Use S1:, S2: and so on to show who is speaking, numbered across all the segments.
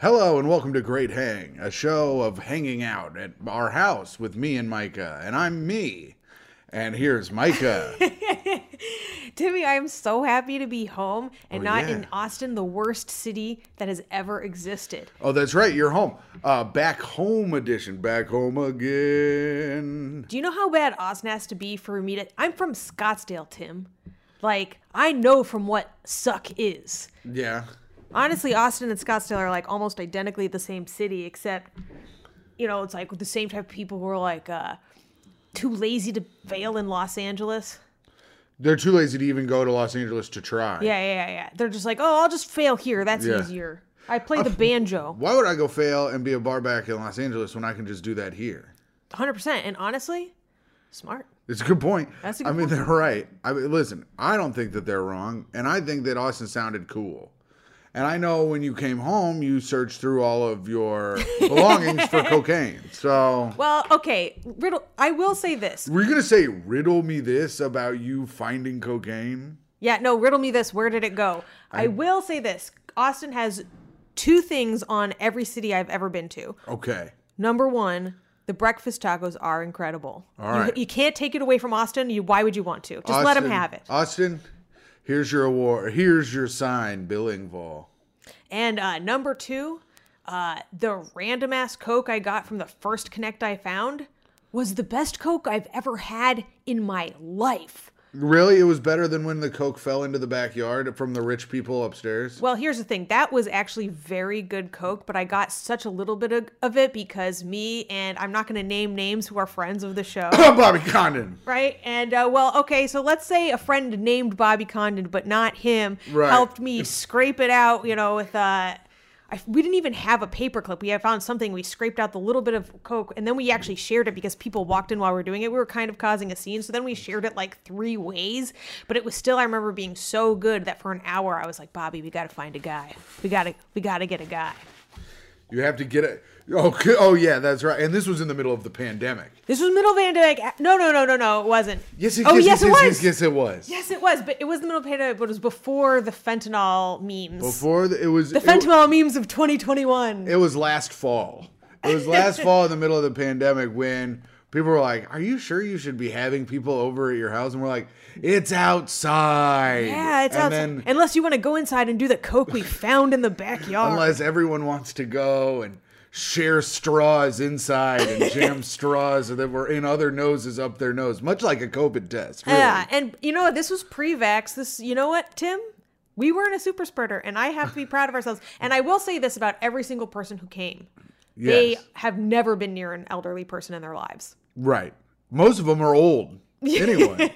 S1: Hello and welcome to Great Hang, a show of hanging out at our house with me and Micah. And I'm me. And here's Micah.
S2: Timmy, I am so happy to be home and
S1: Oh,
S2: not
S1: yeah.
S2: in Austin, the worst city that has ever existed.
S1: oh, that's right, you're home. Uh, back home edition. Back home again.
S2: Do you know how bad Austin has to be for me to? I'm from Scottsdale, Tim. Like I know from what suck is.
S1: Yeah.
S2: Honestly, Austin and Scottsdale are like almost identically the same city, except you know it's like the same type of people who are like uh, too lazy to fail in Los Angeles.
S1: They're too lazy to even go to Los Angeles to try.
S2: Yeah, yeah, yeah. They're just like, oh, I'll just fail here. That's
S1: Yeah. Uh,
S2: easier. I play the banjo.
S1: Why would I go fail and be a barback in Los Angeles when I can just do that here?
S2: 100%. And honestly, smart.
S1: It's a good point.
S2: That's a
S1: I
S2: good
S1: mean,
S2: point.
S1: they're right. I mean, listen, I don't think that they're wrong, and I think that Austin sounded cool. And I know when you came home, you searched through all of your belongings for cocaine. So
S2: Well, okay, riddle. I will say this.
S1: were you gonna say riddle me this about you finding cocaine?
S2: Yeah, no, riddle me this. Where did it go? I, will say this. Austin has two things on every city I've ever been to.
S1: Okay,
S2: Number one, the breakfast tacos are incredible.
S1: All
S2: You-
S1: right.
S2: you, can't take it away from Austin. You, why would you want to? Just let him
S1: Austin-
S2: have it.
S1: Austin, here's your award. Here's your sign, Billingvall.
S2: And uh, number two, uh, the random ass Coke I got from the first Connect I found was the best Coke I've ever had in my life.
S1: Really, it was better than when the coke fell into the backyard from the rich people upstairs.
S2: Well, here's the thing. That was actually very good Coke, but I got such a little bit of, of it because me and I'm not going to name names who are friends of the show,
S1: Bobby Condon.
S2: right? And uh, well, okay, so let's say a friend named Bobby Condon, but not him,
S1: Right.
S2: helped me scrape it out, you know, with uh, I, we didn't even have a paperclip. We had found something. We scraped out the little bit of Coke, and then we actually shared it because people walked in while we were doing it. We were kind of causing a scene, so then we shared it like three ways. But it was still, I remember being so good that for an hour I was like, Bobby, we got to find a guy. We got to, we got to get a guy.
S1: You have to get it. Oh, c- oh yeah, that's right. And this was in the middle of the pandemic.
S2: This was middle of pandemic. No, no, no, no, no, it wasn't.
S1: Yes, it,
S2: oh,
S1: yes,
S2: yes, it was.
S1: Yes, yes, it was.
S2: Yes, it was, but it was the middle of pandemic, but it was before the fentanyl memes.
S1: Before the, it was
S2: the
S1: it wa-
S2: fentanyl memes of 2021.
S1: It was last fall. It was last fall in the middle of the pandemic when people were like, "Are you sure you should be having people over at your house?" And we're like, "It's outside."
S2: yeah, it's
S1: and
S2: outside.
S1: Then,
S2: Unless you want to go inside and do the coke we found in the backyard.
S1: unless everyone wants to go and share straws inside and jam straws that were in other noses up their nose, much like a COVID test. Really.
S2: yeah, and you know what? This was pre-vax. This, you know what, Tim? We weren't a super spreader, and I have to be proud of ourselves. And I will say this about every single person who came: they
S1: Yes.
S2: have never been near an elderly person in their lives.
S1: Right. Most of them are old. Anyway.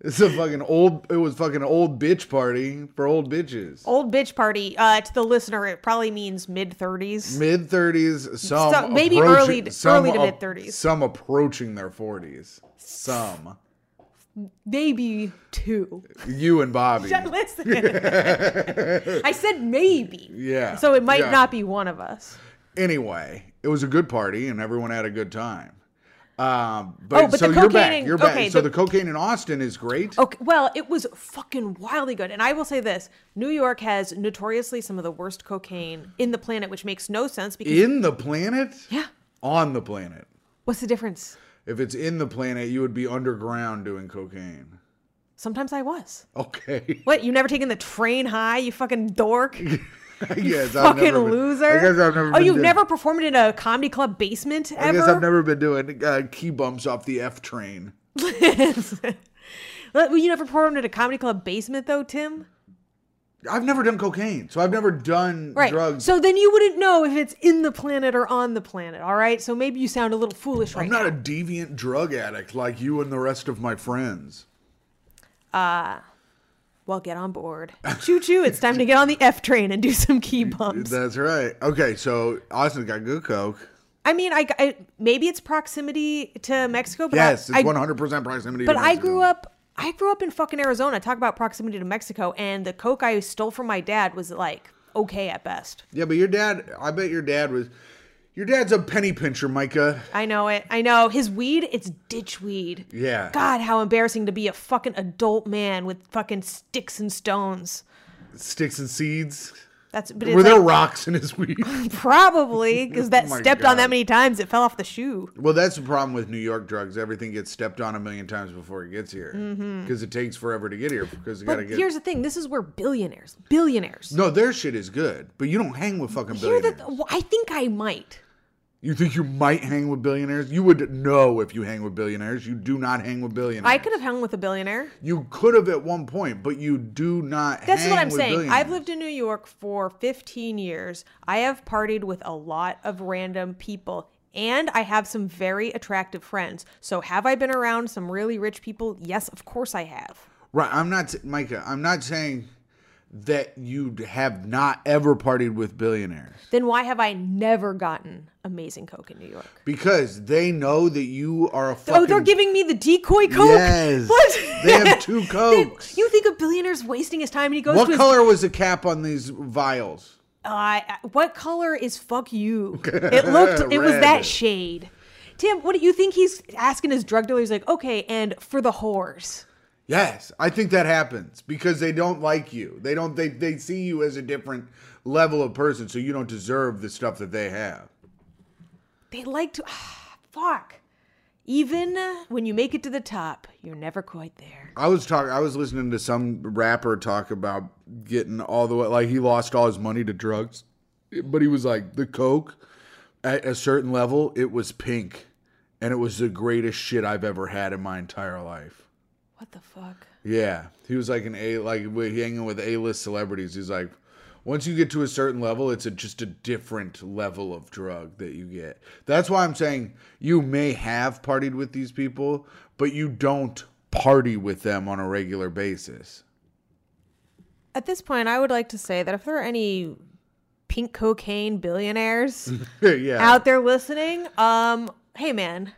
S1: it's a fucking old it was fucking old bitch party for old bitches.
S2: Old bitch party. Uh, to the listener, it probably means mid thirties.
S1: Mid 30s, some
S2: So- maybe
S1: approaching-
S2: early to-
S1: some
S2: early to
S1: ap-
S2: mid-thirties.
S1: Some approaching their 40s. Some.
S2: Maybe two.
S1: You and Bobby.
S2: Shut- Listen, I said maybe.
S1: Yeah,
S2: So it might
S1: yeah.
S2: not be one of us.
S1: Anyway, it was a good party and everyone had a good time. Um, but,
S2: Oh, but
S1: so
S2: the
S1: you're
S2: cocaine
S1: back.
S2: and-
S1: you're back.
S2: okay,
S1: so the,
S2: the- Oh.
S1: cocaine in Austin is great.
S2: Okay. Well, it was fucking wildly good. And I will say this New York has notoriously some of the worst cocaine in the planet, which makes no sense because.
S1: In the planet?
S2: yeah.
S1: On the planet.
S2: What's the difference?
S1: If it's in the planet, you would be underground doing cocaine.
S2: Sometimes I was.
S1: Okay.
S2: What? You never taken the train high, you fucking dork?
S1: I guess I've
S2: fucking
S1: never been-
S2: loser?
S1: I guess I've never.
S2: oh,
S1: been
S2: you've
S1: doing-
S2: never performed in a comedy club basement
S1: I
S2: ever?
S1: guess I've never been doing uh, key bumps off the F train.
S2: Well, You never performed in a comedy club basement, though, Tim?
S1: I've never done cocaine, so I've never done
S2: Right.
S1: drugs.
S2: So then you wouldn't know if it's in the planet or on the planet, all right? So maybe you sound a little foolish right
S1: I'm
S2: now.
S1: not a deviant drug addict like you and the rest of my friends.
S2: well, get on board. Choo choo, it's time to get on the F train and do some key bumps.
S1: That's right. Okay, so Austin got good coke.
S2: I mean, I, I- maybe it's proximity to Mexico, but
S1: Yes,
S2: I,
S1: it's
S2: I-
S1: 100 percent proximity.
S2: but
S1: to
S2: I
S1: Mexico.
S2: grew up I grew up in fucking Arizona. Talk about proximity to Mexico and the coke I stole from my dad was like okay at best.
S1: Yeah, but your dad. I bet your dad was. Your dad's a penny pincher, Micah.
S2: I know it. I know. His weed, it's ditch weed.
S1: Yeah.
S2: God, how embarrassing to be a fucking adult man with fucking sticks and stones.
S1: Sticks and seeds.
S2: That's but
S1: Were
S2: it's
S1: there
S2: like,
S1: rocks in his weed?
S2: probably because that
S1: Oh my
S2: stepped on
S1: God.
S2: that many times it fell off the shoe.
S1: well, that's the problem with New York drugs. Everything gets stepped on a million times before it gets here. Because it takes forever to get here. Because you got to
S2: Mm-hmm. But
S1: get.
S2: here's the thing: this is where billionaires, billionaires.
S1: no, their shit is good, but you don't hang with fucking
S2: Here
S1: billionaires.
S2: that I think I might.
S1: you think you might hang with billionaires? You would know if you hang with billionaires. You do not hang with billionaires.
S2: I could have hung with a billionaire.
S1: you could have at one point, but you do not.
S2: That's
S1: hang
S2: what I'm
S1: with
S2: saying.
S1: billionaires.
S2: I've lived in New York for 15 years. I have partied with a lot of random people. And I have some very attractive friends. So, have I been around some really rich people? Yes, of course I have.
S1: Right. I'm not, Micah, I'm not saying that you have not ever partied with billionaires
S2: Then why have I never gotten amazing Coke in New York?
S1: because they know that you are a fucking.
S2: Oh, they're giving me the decoy Coke?
S1: Yes.
S2: What?
S1: They have two Cokes.
S2: you think a billionaire's wasting his time and he goes to
S1: what
S2: his,
S1: color was the cap on these vials?
S2: Uh, what color is fuck you? It looked, it was
S1: Red.
S2: that shade. Tim, what do you think he's asking his drug dealer? He's like, okay, and for the whores.
S1: Yes, I think that happens because they don't like you. They don't. They they see you as a different level of person, so you don't deserve the stuff that they have.
S2: They like to, fuck. Even when you make it to the top, you're never quite there.
S1: I was talking. I was listening to some rapper talk about getting all the way. Like he lost all his money to drugs, but he was like the coke. At a certain level, it was pink, and it was the greatest shit I've ever had in my entire life.
S2: What the fuck?
S1: Yeah, he was like an A, like wi- hanging with A-list celebrities. He's like, once you get to a certain level, it's a, just a different level of drug that you get. That's why I'm saying you may have partied with these people, but you don't party with them on a regular basis.
S2: At this point, I would like to say that if there are any pink cocaine billionaires
S1: yeah,
S2: out there listening, um, hey man,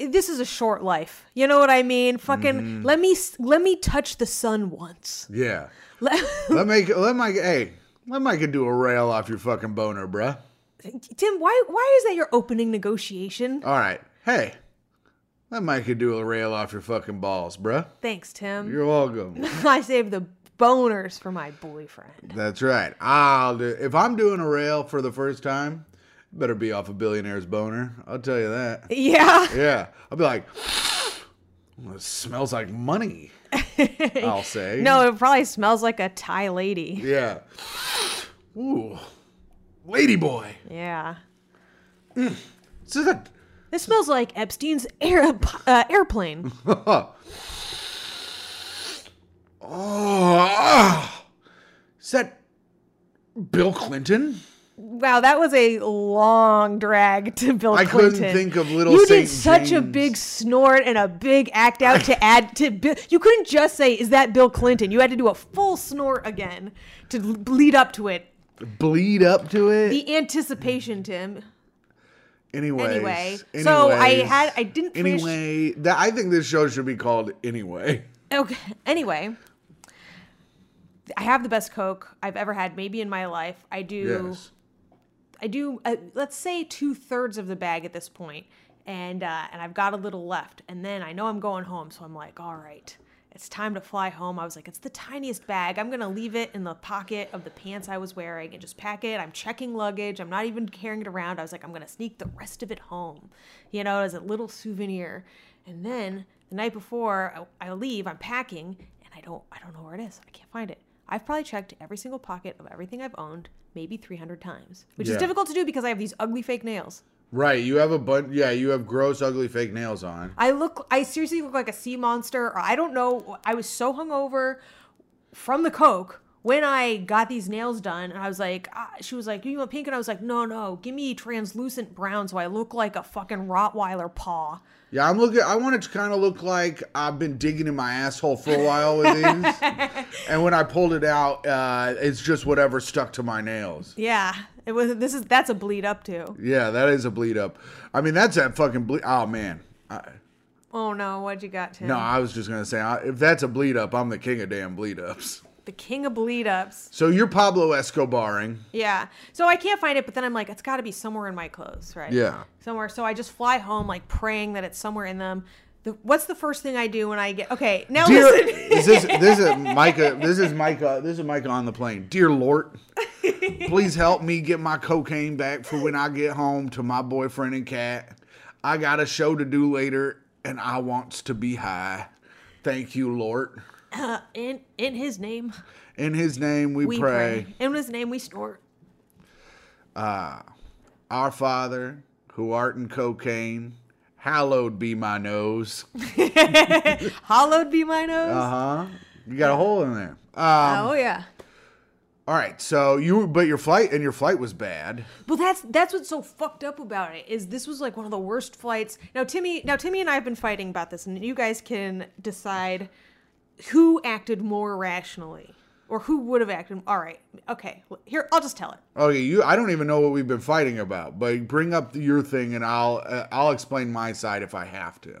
S2: this is a short life. You know what I mean? Fucking let me s- let me touch the sun once.
S1: yeah.
S2: Let-
S1: Let Mike, let Mike, hey, let Mike do a rail off your fucking boner, bruh.
S2: Tim, why why is that your opening negotiation?
S1: All right, hey, let Mike do a rail off your fucking balls, bruh.
S2: Thanks, Tim.
S1: You're welcome.
S2: I saved the boners for my boyfriend.
S1: That's right. I'll do, if I'm doing a rail for the first time, better be off a billionaire's boner. I'll tell you that.
S2: Yeah.
S1: Yeah, I'll be like, "Well, it smells like money. I'll say.
S2: No, it probably smells like a Thai lady.
S1: Yeah. Ooh, lady boy.
S2: Yeah.
S1: This is a.
S2: This smells like Epstein's air, uh, airplane.
S1: oh, ah. is that Bill Clinton?
S2: Wow, that was a long drag to Bill
S1: I couldn't
S2: Clinton.
S1: think of little
S2: You
S1: Saint
S2: did such a
S1: James.
S2: big snort and a big act out to add to Bill. You couldn't just say, "Is that Bill Clinton?" You had to do a full snort again to l- lead up to it.
S1: Bleed up to it.
S2: The anticipation, Tim.
S1: Anyways,
S2: Anyway, so I had- I didn't finish-
S1: Anyway, that I think this show should be called Anyway.
S2: Okay. Anyway, I have the best Coke I've ever had, maybe in my life. I do.
S1: Yes.
S2: I do. Uh, let's say two thirds of the bag at this point, and uh, and I've got a little left, and then I know I'm going home, so I'm like, all right, it's time to fly home. I was like, it's the tiniest bag. I'm gonna leave it in the pocket of the pants I was wearing and just pack it. I'm checking luggage. I'm not even carrying it around. I was like, I'm gonna sneak the rest of it home, you know, as a little souvenir. And then the night before I, I leave, I'm packing, and I don't I don't know where it is. I can't find it. I've probably checked every single pocket of everything I've owned maybe 300 times, which
S1: Yeah.
S2: is difficult to do because I have these ugly fake nails.
S1: Right, you have a bunch. Yeah, you have gross, ugly, fake nails on.
S2: I look I seriously look like a sea monster or I don't know I was so hungover from the coke when I got these nails done and I was like ah, she was like you want pink and I was like no no give me translucent brown so I look like a fucking Rottweiler paw.
S1: Yeah, I'm looking. I want it to kind of look like I've been digging in my asshole for a while with these, and when I pulled it out, uh, it's just whatever stuck to my nails.
S2: Yeah, it was this is that's a bleed up to.
S1: Yeah, that is a bleed up. I mean, that's that fucking bleed. Oh man. I,
S2: Oh no, what you got Tim?
S1: no, I was just gonna say I, if that's a bleed up, I'm the king of damn bleed ups.
S2: The king of bleed ups.
S1: So you're Pablo Escobaring.
S2: Yeah. So I can't find it, but then I'm like, it's got to be somewhere in my clothes, right?
S1: Yeah.
S2: Somewhere. So I just fly home, like praying that it's somewhere in them. The, what's the first thing I do when I get? Okay, now
S1: Dear,
S2: listen.
S1: is this this is Micah. This is Micah. This is Micah on the plane. Dear Lord, please help me get my cocaine back for when I get home to my boyfriend and cat. I got a show to do later, and I wants to be high. Thank you, Lord.
S2: in in His name,
S1: In His name we,
S2: we
S1: pray.
S2: pray. In His name, we snort.
S1: Our Father, who art in cocaine, hallowed be my nose.
S2: Hollowed be my nose.
S1: Uh huh. You got a hole in there. Uh,
S2: oh yeah.
S1: all right. So you, but your flight and your flight was bad.
S2: Well, that's that's what's so fucked up about it is this was like one of the worst flights. Now Timmy, now Timmy and I have been fighting about this, and you guys can decide who acted more rationally or who would have acted. All right, okay, here I'll just tell her.
S1: Okay, you. I don't even know what we've been fighting about, but bring up your thing, and I'll uh, I'll explain my side if I have to.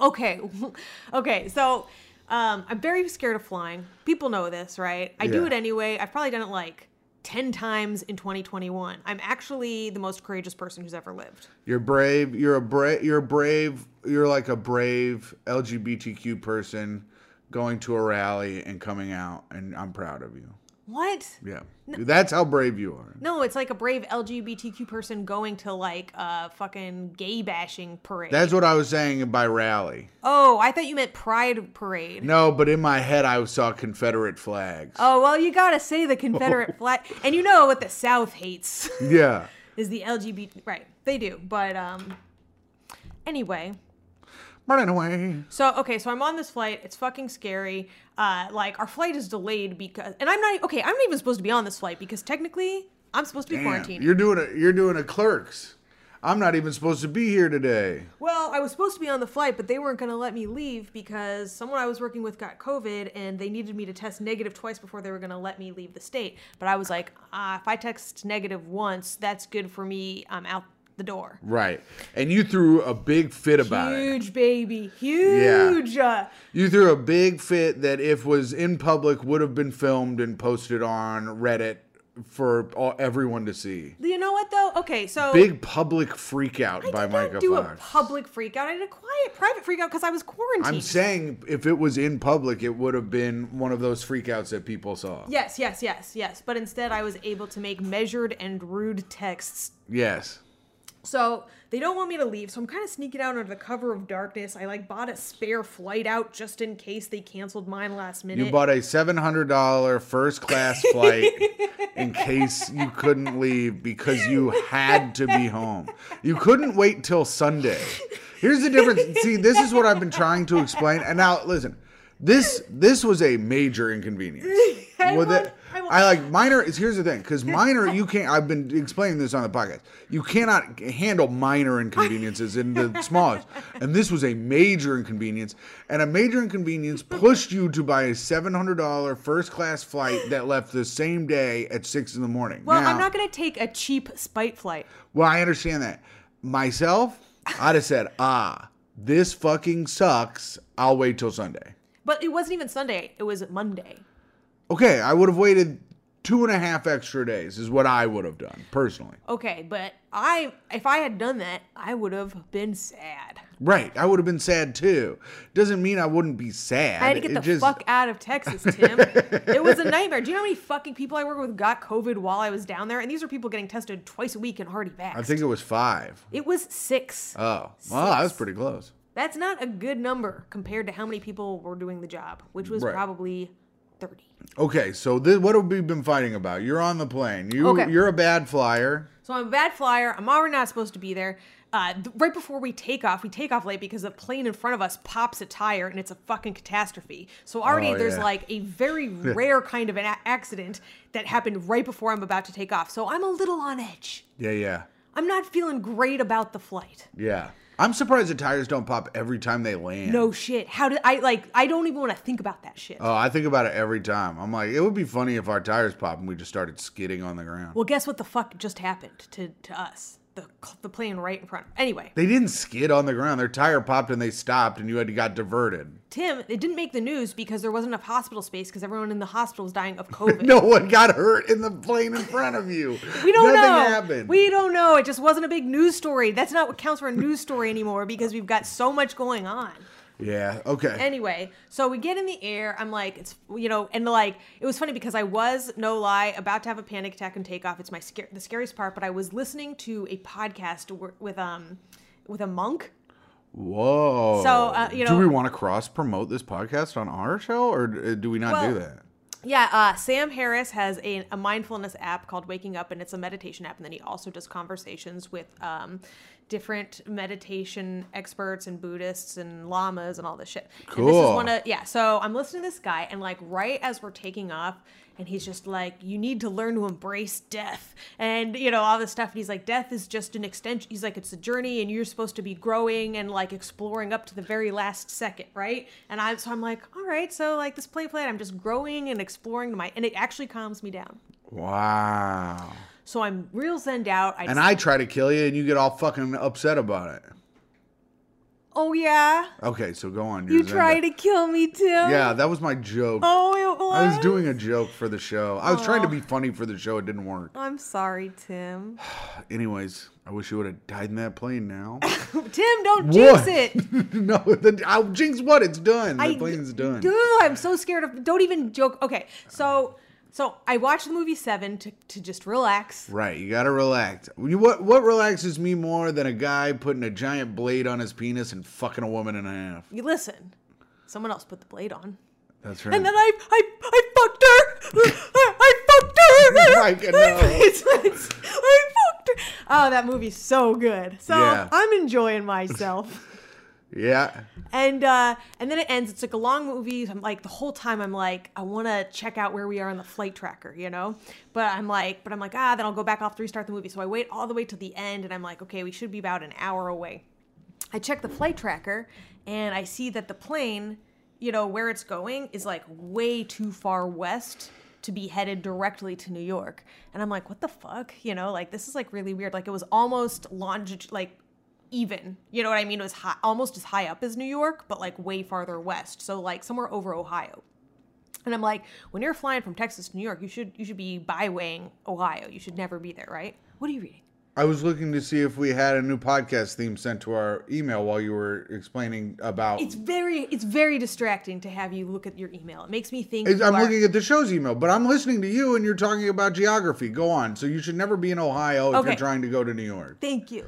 S2: okay, okay, so um, I'm very scared of flying. People know this, right? I do
S1: Yeah.
S2: it anyway. I've probably done it like. 10 times in 2021. I'm actually the most courageous person who's ever lived.
S1: You're brave. You're a brave. You're a brave. You're like a brave LGBTQ person going to a rally and coming out, and I'm proud of you.
S2: What?
S1: Yeah, that's how brave you are.
S2: No, it's like a brave LGBTQ person going to like a fucking gay bashing parade.
S1: That's what I was saying by rally.
S2: oh, I thought you meant pride parade.
S1: No, but in my head I saw Confederate flags.
S2: Oh, well, you gotta say the Confederate flag. And you know what the South hates
S1: Yeah.
S2: is the LGBT. Right, they do. But um, anyway.
S1: Running away.
S2: So okay, so I'm on this flight. It's fucking scary. Uh, like our flight is delayed because, and I'm not okay. I'm not even supposed to be on this flight because technically I'm supposed to be
S1: Damn,
S2: quarantined.
S1: you're doing a you're doing a clerks. I'm not even supposed to be here today.
S2: Well, I was supposed to be on the flight, but they weren't going to let me leave because someone I was working with got COVID and they needed me to test negative twice before they were going to let me leave the state. But I was like, ah, if I text negative once, that's good for me. I'm out the door.
S1: Right. And you threw a big fit about it.
S2: Huge baby, huge. Uh,
S1: You threw a big fit that if was in public would have been filmed and posted on Reddit for all, everyone to see.
S2: you know what though? Okay, so
S1: Big public freak out
S2: I
S1: by
S2: did not
S1: Micah
S2: do a
S1: Fox.
S2: public freak out. I did a quiet, private freak out because I was quarantined.
S1: I'm saying if it was in public it would have been one of those freakouts that people saw.
S2: yes, yes, yes, yes. But instead, I was able to make measured and rude texts
S1: Yes.
S2: So they don't want me to leave, so I'm kind of sneaking out under the cover of darkness. I like bought a spare flight out just in case they canceled mine last minute.
S1: You bought a seven hundred dollar first class flight in case you couldn't leave because you had to be home. You couldn't wait till Sunday. Here's the difference. See, this is what I've been trying to explain. And now listen, this this was a major inconvenience.
S2: I
S1: With
S2: want-
S1: it-
S2: I want-
S1: I like minor is here's the thing, because minor you can't I've been explaining this on the podcast. You cannot handle minor inconveniences in the smallest. And this was a major inconvenience. And a major inconvenience pushed you to buy a seven hundred dollar first class flight that left the same day at six in the morning.
S2: well,
S1: Now-
S2: I'm not gonna take a cheap spite flight.
S1: well, I understand that. Myself, I'd have said, ah, this fucking sucks. I'll wait till Sunday.
S2: But it wasn't even Sunday, it was Monday.
S1: Okay, I would have waited two and a half extra days is what I would have done personally.
S2: Okay, but I if I had done that, I would have been sad.
S1: Right. I would have been sad too. Doesn't mean I wouldn't be sad.
S2: I had to get
S1: It
S2: the
S1: just-
S2: fuck out of Texas, Tim. it was a nightmare. Do you know how many fucking people I work with got COVID while I was down there? And these are people getting tested twice a week and already vaxxed.
S1: I think it was five.
S2: it was six.
S1: Oh. Well, that was
S2: Six.
S1: pretty close.
S2: That's not a good number compared to how many people were doing the job, which was
S1: Right.
S2: probably 30.
S1: Okay, so this, what have we been fighting about? You're on the plane. You
S2: Okay.
S1: you're a bad flyer.
S2: So I'm a bad flyer. I'm already not supposed to be there. Uh, th- right before we take off, we take off late because the plane in front of us pops a tire and it's a fucking catastrophe. So already
S1: Oh,
S2: there's
S1: yeah.
S2: like a very rare kind of an a- accident that happened right before I'm about to take off. So I'm a little on edge.
S1: Yeah, yeah.
S2: I'm not feeling great about the flight.
S1: Yeah. I'm surprised the tires don't pop every time they land.
S2: No shit. How did I like? I don't even want to think about that shit.
S1: Oh, I think about it every time. I'm like, it would be funny if our tires popped and we just started skidding on the ground.
S2: well, guess what the fuck just happened to, to us? the, the plane right in front. Anyway,
S1: They didn't skid on the ground. Their tire popped and they stopped, and you had to got diverted.
S2: Tim, it didn't make the news because there wasn't enough hospital space because everyone in the hospital was dying of COVID.
S1: No one got hurt in the plane in front of you.
S2: We don't
S1: Nothing
S2: know.
S1: happened.
S2: We don't know. It just wasn't a big news story. That's not what counts for a news story anymore because we've got so much going on.
S1: yeah. Okay.
S2: Anyway, so we get in the air. I'm like, it's you know, and like it was funny because I was no lie about to have a panic attack and take off. It's my scar- the scariest part, but I was listening to a podcast wor- with um with a monk.
S1: Whoa.
S2: So, uh, you
S1: do
S2: know-
S1: we want to cross promote this podcast on our show, or uh, do we not
S2: Well,
S1: do that?
S2: Yeah, uh, Sam Harris has a, a mindfulness app called Waking Up, and it's a meditation app. And then he also does conversations with um, different meditation experts and Buddhists and lamas and all this shit. And this
S1: Cool.
S2: is one of Uh, yeah. So I'm listening to this guy, and like right as we're taking off, and he's just like, "You need to learn to embrace death," and you know all this stuff. And he's like, "Death is just an extension." He's like, "It's a journey, and you're supposed to be growing and like exploring up to the very last second, right?" And I'm so I'm like, "All right, so like this play play, I'm just growing and exploring my," and it actually calms me down.
S1: Wow.
S2: So I'm real zened out. I
S1: And I try to kill you, and you get all fucking upset about it.
S2: oh yeah,
S1: Okay, so go on.
S2: you
S1: yours,
S2: try
S1: Linda.
S2: to kill me too.
S1: Yeah, that was my joke.
S2: Oh, it was.
S1: I was doing a joke for the show. I was trying to be funny for the show. It didn't work.
S2: I'm sorry, Tim.
S1: Anyways, I wish you would have died in that plane now.
S2: Tim, don't jinx it.
S1: no, the, I'll jinx what? It's done. The
S2: I-
S1: plane's done.
S2: Dude, I'm so scared of. Don't even joke. Okay, so so I watched the movie Seven to, to just relax.
S1: Right, you gotta relax. You- What what relaxes me more than a guy putting a giant blade on his penis and fucking a woman in half?
S2: You listen. Someone else put the blade on,
S1: That's right.
S2: and then I I I fucked her. I, I fucked her.
S1: Right, I know.
S2: It's- it's- I fucked her. Oh, that movie's so good. So
S1: Yeah.
S2: I'm enjoying myself.
S1: yeah,
S2: And uh, and then it ends. It's like a long movie. I'm like the whole time I'm like I want to check out where we are on the flight tracker, you know. But I'm like, but I'm like ah, then I'll go back. I'll have to restart the movie. So I wait all the way to the end, and I'm like, okay, we should be about an hour away. I check the flight tracker, and I see that the plane, you know, where it's going is like way too far west to be headed directly to New York. And I'm like, what the fuck, you know? Like this is like really weird. Like it was almost longit like even. You know what I mean? It was high, almost as high up as New York, but like way farther west. So like somewhere over Ohio. And I'm like, when you're flying from Texas to New York, you should you should be bywaying Ohio. You should never be there, right? What are you reading?
S1: I was looking to see if we had a new podcast theme sent to our email while you were explaining about.
S2: It's very it's very distracting to have you look at your email. It makes me think
S1: It's-
S2: you
S1: I'm
S2: are-
S1: looking at the show's email, but I'm listening to you and you're talking about geography. Go on. So you should never be in Ohio if
S2: Okay.
S1: you're trying to go to New York,
S2: Thank you.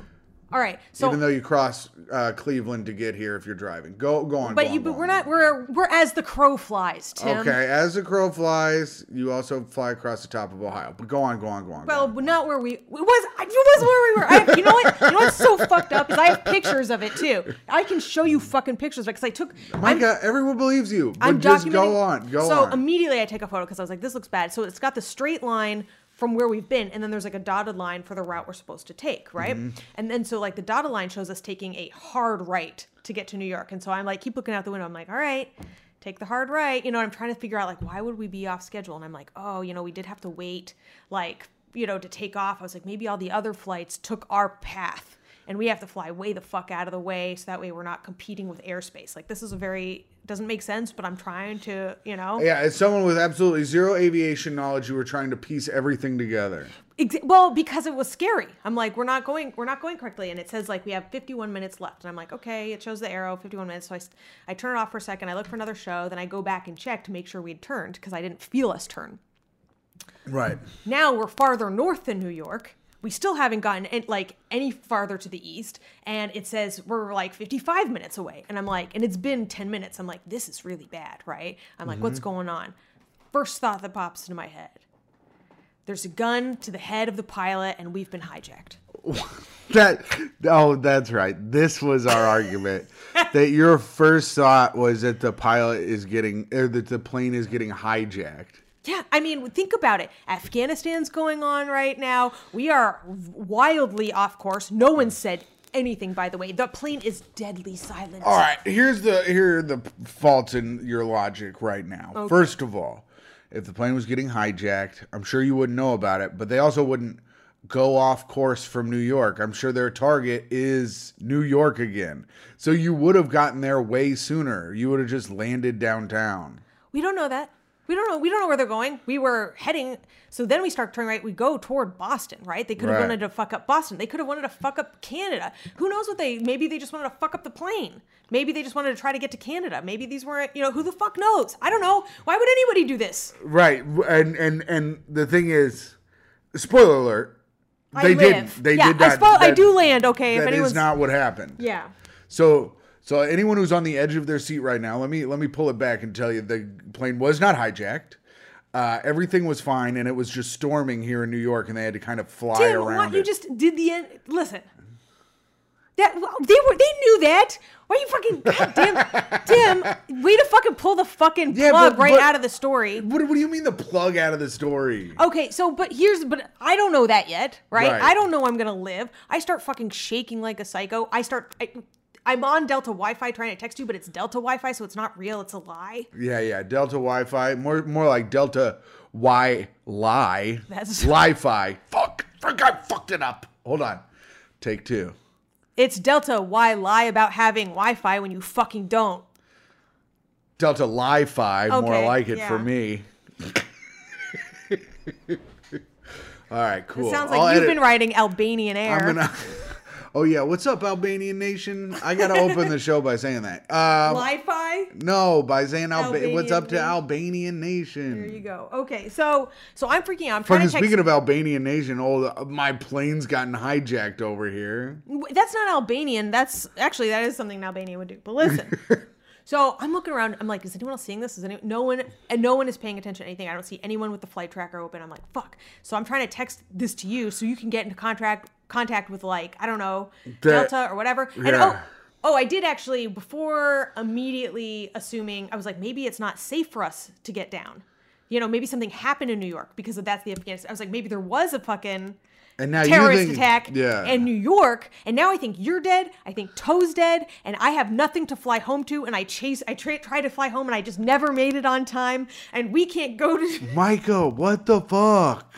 S2: All right. So
S1: even though you cross uh, Cleveland to get here if you're driving. Go go on.
S2: but
S1: go
S2: you
S1: on,
S2: but
S1: go
S2: we're
S1: on.
S2: not we're we're as the crow flies, Tim.
S1: Okay, as the crow flies, you also fly across the top of Ohio. But go on, go on, go on. go
S2: Well,
S1: on.
S2: but not where we it was. It was where we were. I, you know what? You know what's so fucked up is I have pictures of it too. I can show you fucking pictures because I took. I'm,
S1: Micah, everyone believes you. But
S2: I'm
S1: just
S2: documenting-
S1: go on, go
S2: so um,
S1: on.
S2: immediately I take a photo because I was like, this looks bad. So it's got the straight line from where we've been, and then there's like a dotted line for the route we're supposed to take, right? And then so like the dotted line shows us taking a hard right to get to New York, and so I'm like, keep looking out the window. I'm like, all right. Take the hard right, you know. and I'm trying to figure out like why would we be off schedule, and I'm like, oh, you know, we did have to wait, like you know, to take off. I was like, maybe all the other flights took our path, and we have to fly way the fuck out of the way so that way we're not competing with airspace. Like this is a very doesn't make sense, but I'm trying to, you know.
S1: yeah, as someone with absolutely zero aviation knowledge, you were trying to piece everything together.
S2: Ex- well, because it was scary. I'm like, we're not going, we're not going correctly, and it says like we have 51 minutes left, and I'm like, okay, it shows the arrow, 51 minutes. So I, s- I turn it off for a second. I look for another show, then I go back and check to make sure we'd turned because I didn't feel us turn.
S1: Right.
S2: Now we're farther north than New York. We still haven't gotten an- like any farther to the east, and it says we're like 55 minutes away. And I'm like, and it's been 10 minutes. I'm like, this is really bad, right? I'm like, what's going on? First thought that pops into my head: there's a gun to the head of the pilot, and we've been hijacked.
S1: That oh, that's right. This was our argument that your first thought was that the pilot is getting or that the plane is getting hijacked.
S2: Yeah, I mean, think about it. Afghanistan's going on right now. We are wildly off course. No one said anything, by the way. The plane is deadly silent.
S1: All right, here's the here are the faults in your logic right now. First of all, if the plane was getting hijacked, I'm sure you wouldn't know about it, but they also wouldn't go off course from New York. I'm sure their target is New York again. So you would have gotten there way sooner. You would have just landed downtown.
S2: We don't know that. We don't know. We don't know where they're going. We were heading. So then we start turning right. We go toward Boston, right? They could have
S1: Right.
S2: wanted to fuck up Boston. They could have wanted to fuck up Canada. Who knows what they? Maybe they just wanted to fuck up the plane. Maybe they just wanted to try to get to Canada. Maybe these weren't. You know, who the fuck knows? I don't know. Why would anybody do this?
S1: Right. And and and the thing is, spoiler alert,
S2: I
S1: they
S2: live.
S1: did. They
S2: yeah,
S1: did not.
S2: I, suppose I
S1: that-
S2: do land. Okay, if
S1: That
S2: anyone's
S1: is not what happened.
S2: yeah.
S1: So so anyone who's on the edge of their seat right now, let me let me pull it back and tell you the plane was not hijacked. Uh, everything was fine, and it was just storming here in New York, and they had to kind of fly
S2: Tim,
S1: around.
S2: what
S1: it.
S2: you just did the end. Listen, that well, they were they knew that. Why are you fucking goddamn Tim? Way to fucking pull the fucking
S1: Yeah,
S2: plug
S1: but-
S2: right
S1: but-
S2: out of the story.
S1: What, what do you mean the plug out of the story?
S2: Okay, so but here's but I don't know that yet, right?
S1: Right.
S2: I don't know I'm gonna live. I start fucking shaking like a psycho. I start. I, I'm on Delta Wi-Fi trying to text you, but it's Delta Wi-Fi, so it's not real. It's a lie.
S1: Yeah, yeah. Delta Wi-Fi, more more like Delta Y lie.
S2: That's-
S1: Li-Fi. Fuck, fuck, I fucked it up. Hold on, take two.
S2: It's Delta. Why lie about having Wi-Fi when you fucking don't?
S1: Delta Li-Fi, more
S2: Okay,
S1: like it for
S2: yeah.
S1: me. All right, cool.
S2: It sounds like
S1: I'll
S2: you've
S1: edit-
S2: been riding Albanian air.
S1: I'm gonna. Oh yeah, what's up, Albanian Nation? I gotta open the show by saying that. Um,
S2: Wi-Fi.
S1: no, by saying Alba-
S2: Albanian
S1: what's up to
S2: Nation.
S1: Albanian Nation?
S2: There you go. Okay, so so I'm freaking out. I'm trying
S1: Fucking
S2: to text.
S1: speaking of Albanian nation, oh, my plane's gotten hijacked over here.
S2: That's not Albanian. That's actually that is something an Albanian would do. But listen. So I'm looking around. I'm like, is anyone else seeing this? Is anyone? No one. And no one is paying attention to anything. I don't see anyone with the flight tracker open. I'm like, fuck. So I'm trying to text this to you so you can get into contract contact with like I don't know
S1: That-
S2: Delta or whatever. And
S1: Yeah.
S2: oh, oh, I did actually before immediately assuming I was like, maybe it's not safe for us to get down. You know, maybe something happened in New York because of that's the Afghanistan. I was like, maybe there was a fucking
S1: And now
S2: terrorist
S1: you think,
S2: attack
S1: Yeah.
S2: in New York, and now I think you're dead. I think Toe's dead, and I have nothing to fly home to. And I chase, I tra- try to fly home, and I just never made it on time. And we can't go to.
S1: Micah, what the fuck?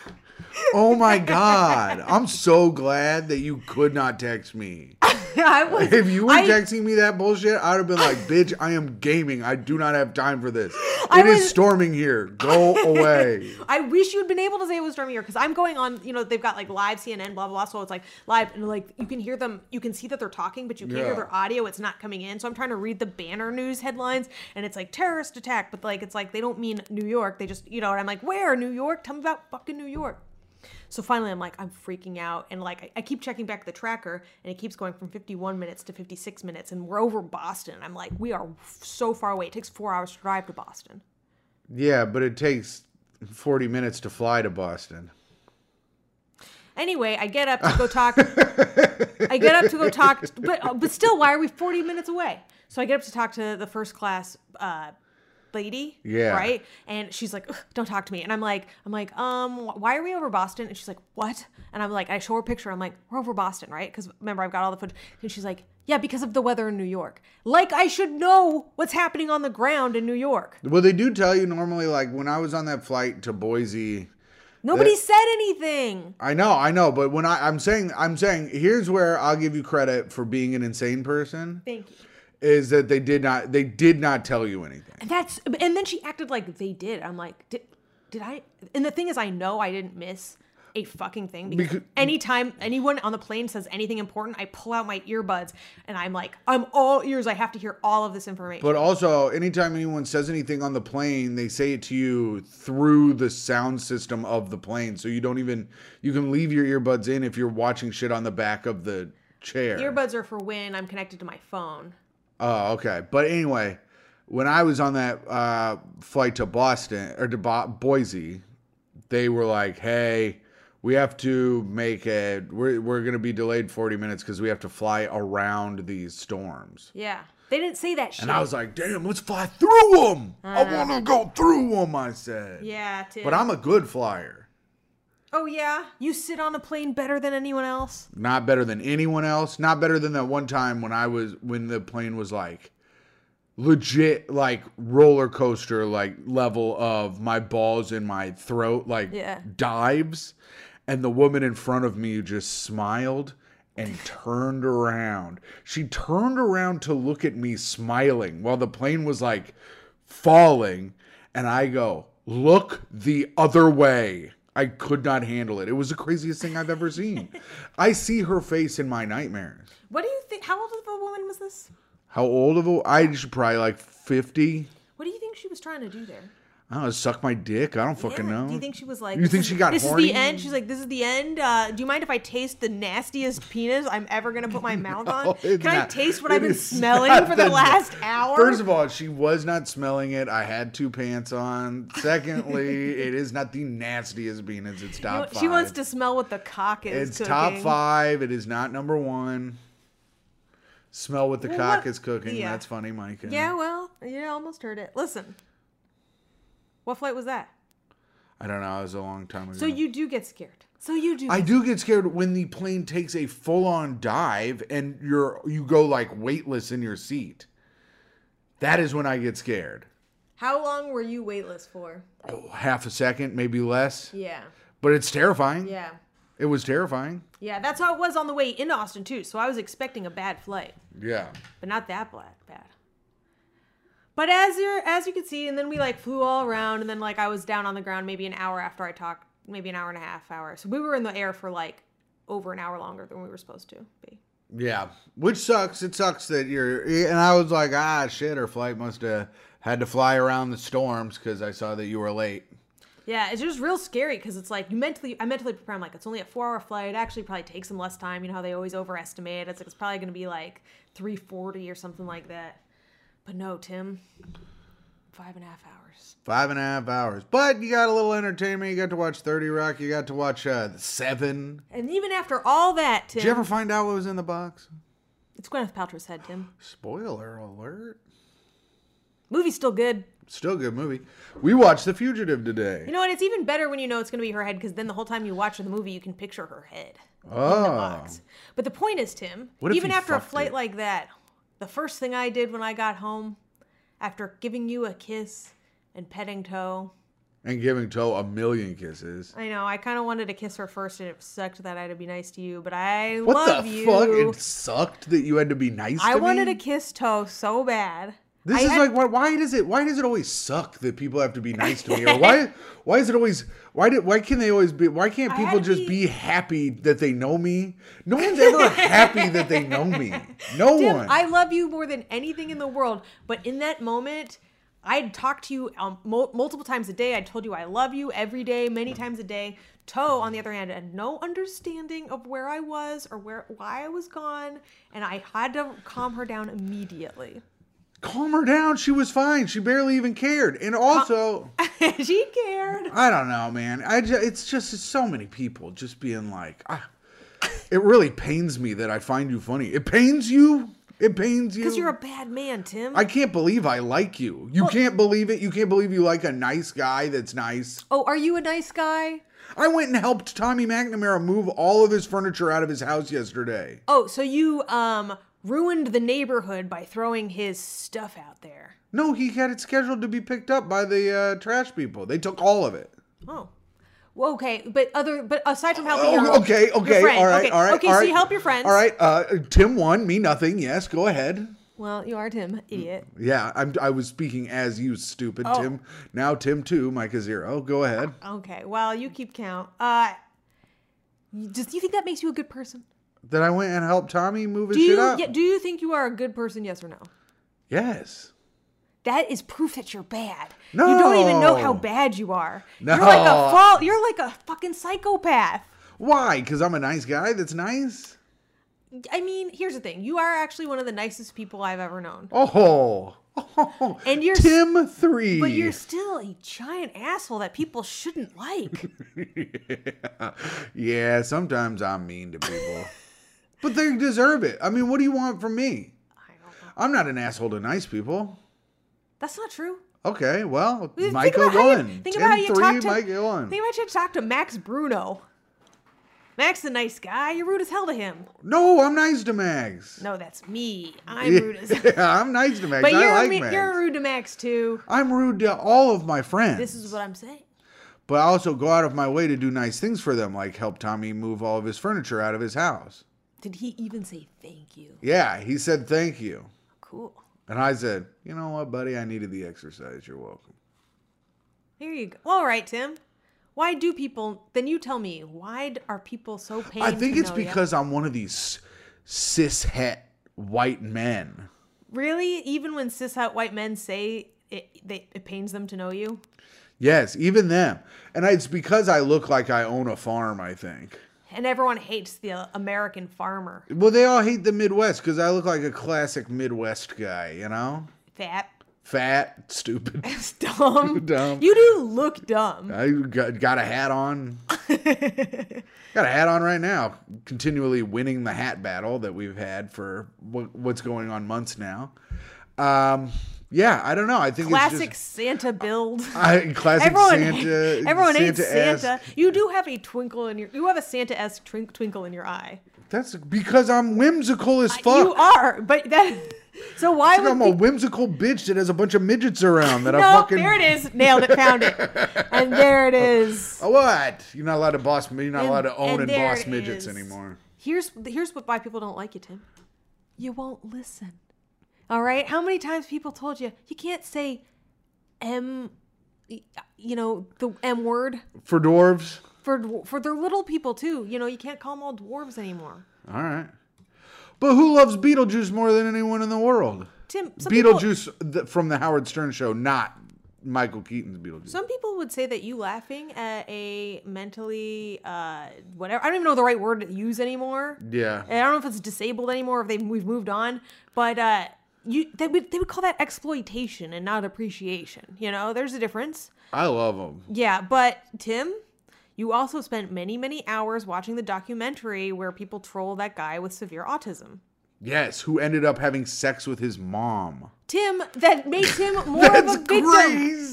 S1: Oh my god. I'm so glad that you could not text me.
S2: I was.
S1: If you were
S2: I-
S1: texting me that bullshit, I'd have been like, bitch, I am gaming. I do not have time for this. It
S2: I
S1: is
S2: was-
S1: storming here. Go away.
S2: I wish you'd been able to say it was during here because I'm going on. You know, they've got like live CNN, blah blah blah. So it's like live, and like you can hear them, you can see that they're talking, but you can't
S1: Yeah.
S2: hear their audio. It's not coming in. So I'm trying to read the banner news headlines, and it's like terrorist attack, but like it's like they don't mean New York. They just, you know, and I'm like, where New York? Tell me about fucking New York. So finally, I'm like, I'm freaking out, and like I, I keep checking back the tracker, and it keeps going from 51 minutes to 56 minutes, and we're over Boston. I'm like, we are so far away. It takes four hours to drive to Boston.
S1: yeah, but it takes 40 minutes to fly to Boston.
S2: Anyway, I get up to go talk. I get up to go talk, but uh, but still, why are we forty minutes away? So I get up to talk to the first class uh, lady.
S1: Yeah.
S2: Right. And she's like, "Ugh, "Don't talk to me." And I'm like, "I'm like, um, wh- why are we over Boston?" And she's like, "What?" And I'm like, I show her a picture. I'm like, "We're over Boston, right?" Because remember, I've got all the footage. And she's like, "Yeah, because of the weather in New York. Like, I should know what's happening on the ground in New York.
S1: Well, they do tell you normally, like when I was on that flight to Boise,
S2: Nobody said anything."
S1: I know, I know, but when I, I'm saying, I'm saying, here's where I'll give you credit for being an insane person
S2: Thank you.
S1: is that they did not, they did not tell you anything.
S2: And that's and then she acted like they did. I'm like, did, did I? And the thing is, I know I didn't miss a fucking thing because,
S1: Becau-
S2: anytime anyone on the plane says anything important, I pull out my earbuds and I'm like, I'm all ears. I have to hear all of this information.
S1: But also, anytime anyone says anything on the plane, they say it to you through the sound system of the plane, so you don't even, you can leave your earbuds in if you're watching shit on the back of the chair.
S2: earbuds are for when I'm connected to my phone.
S1: Oh, okay. But anyway, when I was on that uh, flight to Boston or to Bo- Boise, they were like, "Hey, we have to make a we're we're going to be delayed 40 minutes cuz we have to fly around these storms."
S2: Yeah, they didn't say that shit.
S1: And I was like, "Damn, let's fly through them. I, want to go through them," I said.
S2: yeah, Tim.
S1: But I'm a good flyer.
S2: oh yeah, you sit on a plane better than anyone else.
S1: not better than anyone else not better than that one time when i was when the plane was like legit like roller coaster like level of my balls in my throat like
S2: Yeah.
S1: dives and the woman in front of me just smiled and turned around. She turned around to look at me smiling while the plane was like falling. And I go, look the other way. I could not handle it. It was the craziest thing I've ever seen. I see her face in my nightmares.
S2: What do you think? How old of a woman was this?
S1: How old of a? I should probably like fifty.
S2: What do you think she was trying to do there?
S1: I don't know, suck my dick. I don't fucking
S2: Yeah,
S1: know.
S2: Do you think she was like?
S1: You think
S2: this
S1: she
S2: is-
S1: got
S2: This
S1: horny?
S2: is the end. She's like, this is the end. Uh, do you mind if I taste the nastiest penis I'm ever gonna put my mouth on?
S1: No,
S2: Can
S1: it's
S2: I
S1: not.
S2: taste what
S1: It
S2: I've been
S1: is
S2: smelling
S1: not
S2: for the
S1: the-
S2: last hour?
S1: First of all, she was not smelling it. I had two pants on. Secondly, it is not the nastiest penis. It's
S2: You know,
S1: top five.
S2: she wants to smell what the cock is.
S1: It's
S2: cooking.
S1: top five. It is not number one. Smell what the
S2: Well,
S1: cock
S2: what-
S1: is cooking.
S2: yeah.
S1: That's funny, Micah.
S2: Yeah, well, you almost heard it. Listen, what flight was that?
S1: I don't know. It was a long time ago.
S2: So you do get scared. So you do.
S1: I do get scared when the plane takes a full-on dive and you're you go like weightless in your seat. That is when I get scared.
S2: How long were you weightless for?
S1: Oh, half a second, maybe less,
S2: Yeah,
S1: but it's terrifying.
S2: yeah,
S1: It was terrifying.
S2: yeah. That's how it was on the way into Austin too. So I was expecting a bad flight.
S1: Yeah.
S2: but not that bad. Bad. But as you as you can see, and then we like flew all around, and then like I was down on the ground maybe an hour after I talked, maybe an hour and a half hour. So we were in the air for like over an hour longer than we were supposed to be.
S1: Yeah. Which sucks. It sucks that you're and I was like, "Ah, shit, her flight must have had to fly around the storms cuz I saw that you were late."
S2: Yeah, it's just real scary because it's like you mentally, I mentally prepare. I'm like, it's only a four hour flight. It actually probably takes them less time. You know how they always overestimate. It's like it's probably gonna be like three forty or something like that. But no, Tim, five and a half hours.
S1: Five and a half hours. But you got a little entertainment. You got to watch 30 Rock. You got to watch uh, Seven.
S2: And even after all that, Tim,
S1: Did you ever find out what was in the box?
S2: it's Gwyneth Paltrow's head, Tim.
S1: Spoiler alert.
S2: Movie's still good.
S1: Still a good movie. We watched The Fugitive
S2: You
S1: today.
S2: know what? It's even better when you know it's going to be her head because then the whole time you watch the movie, you can picture her head.
S1: Oh.
S2: Box. But the point is, Tim,
S1: What if
S2: even
S1: he
S2: after a
S1: fucked
S2: flight
S1: it?
S2: like that, the first thing I did when I got home, after giving you a kiss and petting Toe,
S1: And giving Toe a million kisses.
S2: I know I kind of wanted to kiss her first, and it sucked that I had to be nice to you, but I
S1: What
S2: love
S1: the
S2: you.
S1: fuck? It sucked that you had to be nice
S2: I
S1: to
S2: wanted
S1: me?
S2: to kiss Toe so bad.
S1: This
S2: I
S1: is
S2: had-
S1: like why, why does it why does it always suck that people have to be nice to me or why why is it always why did why can they always be why can't
S2: I had
S1: people
S2: to
S1: just be
S2: be-
S1: happy that they know me? No one's ever happy that they know me. No
S2: Tim,
S1: one.
S2: I love you more than anything in the world. But in that moment, I'd talked to you um, mul- multiple times a day. I told you I love you every day, many times a day. Toe, on the other hand, had no understanding of where I was or where why I was gone, and I had to calm her down immediately.
S1: Calm her down. She was fine. She barely even cared. And also,
S2: she cared.
S1: I don't know, man. I ju- it's just it's so many people just being like, ah, it really pains me that I find you funny. It pains you. It pains you.
S2: Because you're a bad man, Tim.
S1: I can't believe I like you. You can't believe it. You can't believe you like a nice guy that's nice.
S2: oh, are you a nice guy?
S1: I went and helped Tommy McNamara move all of his furniture out of his house yesterday.
S2: Oh, so you um ruined the neighborhood by throwing his stuff out there.
S1: No, he had it scheduled to be picked up by the uh, trash people. They took all of it.
S2: Oh. Well, okay, but other, but aside from helping your,
S1: Oh, okay,
S2: your
S1: okay,
S2: friend,
S1: all right,
S2: okay,
S1: all right.
S2: okay.
S1: all
S2: so you
S1: right.
S2: help your friends.
S1: All right, uh, Tim won, me nothing. Yes, go ahead.
S2: Well, you are
S1: Mm.
S2: Tim, idiot.
S1: Yeah, I'm, I was speaking as you, stupid
S2: Oh.
S1: Tim. Now Tim two, Micah zero. Go ahead.
S2: Okay. Well, you keep count. Uh, you- does you think that makes you a good person?
S1: Then I went and helped Tommy move his
S2: Do
S1: shit
S2: you
S1: up.
S2: yeah, do you think you are a good person? Yes or no?
S1: yes.
S2: That is proof that you're bad. You don't even know how
S1: No.
S2: bad you are. You're like a
S1: No.
S2: fall. You're like a fucking psychopath.
S1: Why? Because I'm a nice guy. That's nice.
S2: I mean, here's the thing. You are actually one of the nicest people I've ever known.
S1: Oh. oh.
S2: And you're s-
S1: Tim three.
S2: But you're still a giant asshole that people shouldn't like.
S1: yeah, sometimes I'm mean to people, but they deserve it. I mean, what do you want from me?
S2: I don't know.
S1: I'm not an asshole to nice people.
S2: That's not true.
S1: Okay, well,
S2: Think
S1: Micah
S2: about how you-
S1: won.
S2: Think
S1: Tim
S2: about how you
S1: three,
S2: talk to.
S1: Micah won.
S2: Think about how you talk to Max Bruno. Max the nice guy. You're rude as hell to him.
S1: no, I'm nice to Mags.
S2: No, that's me. I'm rude as. hell.
S1: yeah, I'm nice to Mags.
S2: But
S1: I
S2: you're
S1: like
S2: me-
S1: Mags.
S2: you're rude to Max too.
S1: I'm rude to all of my friends.
S2: This is what I'm saying.
S1: but I also go out of my way to do nice things for them, like help Tommy move all of his furniture out of his house.
S2: Did he even say thank you?
S1: Yeah, he said thank you.
S2: Cool.
S1: And I said, you know what, buddy? I needed the exercise. You're welcome.
S2: Here you go. All right, Tim. Why do people? Then you tell me. Why d- are people so pained?
S1: I think
S2: to
S1: it's
S2: know ya?
S1: because I'm one of these cis het white men.
S2: really, even when cis out white men say it, they, it pains them to know you.
S1: Yes, even them. And it's because I look like I own a farm, I think.
S2: And everyone hates the uh, American farmer.
S1: Well, they all hate the Midwest because I look like a classic Midwest guy, you know?
S2: Fat,
S1: Fat, stupid.
S2: dumb.
S1: Dumb.
S2: You do look dumb.
S1: I got, got a hat on. got a hat on right now, continually winning the hat battle that we've had for what, what's going on months now. Um, yeah, I don't know. I think it's
S2: Classic
S1: just,
S2: Santa build.
S1: I, classic
S2: Everyone,
S1: Santa.
S2: everyone hates
S1: Santa-esque.
S2: Santa. You do have a twinkle in your. You have a Santa-esque twink, twinkle in your eye.
S1: That's because I'm whimsical as fuck.
S2: You are, but that. So why would
S1: I'm a whimsical bitch that has a bunch of midgets around that
S2: no?
S1: I fucking.
S2: There it is. Nailed it. Found it. And there it is.
S1: Oh, What? You're not allowed to boss. You're not allowed to own and,
S2: there
S1: boss
S2: it
S1: midgets
S2: is.
S1: anymore.
S2: Here's here's what why people don't like you, Tim. You won't listen. All right. How many times people told you you can't say m, you know the m word
S1: For dwarves.
S2: for dw- for their little people too. You know you can't call them all dwarves anymore.
S1: All right. But who loves Beetlejuice more than anyone in the world?
S2: Tim, some people-
S1: Beetlejuice th- from the Howard Stern show, not Michael Keaton's Beetlejuice.
S2: Some people would say that you laughing at a mentally uh, whatever. I don't even know the right word to use anymore.
S1: Yeah.
S2: And I don't know if it's disabled anymore, if they we've moved on, but uh, you they would they would call that exploitation and not appreciation. You know, there's a difference.
S1: I love him.
S2: Yeah, but Tim, you also spent many many hours watching the documentary where people troll that guy with severe autism.
S1: Yes, who ended up having sex with his mom.
S2: Tim, that makes him more of
S1: That's
S2: a victim.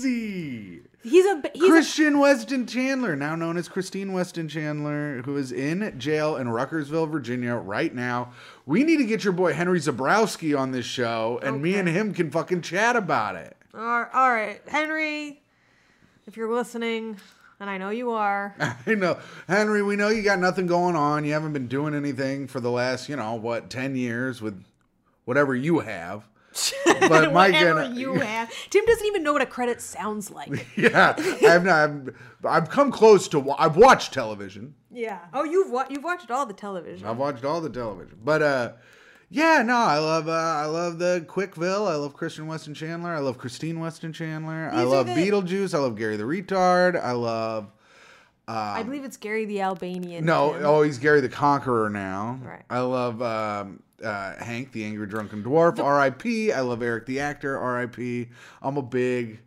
S1: crazy.
S2: He's a he's a
S1: Christian Weston Chandler, now known as Christine Weston Chandler, who is in jail in Ruckersville, Virginia, right now. We need to get your boy Henry Zabrowski on this show, and me and him can fucking chat about it.
S2: Ar- all right, Henry, if you're listening, and I know you are,
S1: I know, Henry. We know you got nothing going on. You haven't been doing anything for the last, you know, what, ten years with whatever you have. But my
S2: whatever
S1: goodness-
S2: you have, Tim doesn't even know what a credit sounds like.
S1: Yeah, I've not. I've, I've come close to. wa- I've watched television.
S2: yeah. Oh, you've wa- you've watched all the television.
S1: I've watched all the television, but uh, yeah, no, I love uh, I love the Quickville. I love Christian Weston Chandler. I love Christine Weston Chandler. I
S2: These are
S1: love
S2: the-
S1: Beetlejuice. I love Gary the retard. I love
S2: I believe it's Gary the Albanian.
S1: no.
S2: Tim.
S1: Oh, he's Gary the Conqueror now.
S2: Right.
S1: I love um, uh, Hank the Angry Drunken Dwarf. R.I.P. I love Eric the Actor. R.I.P. I'm a big.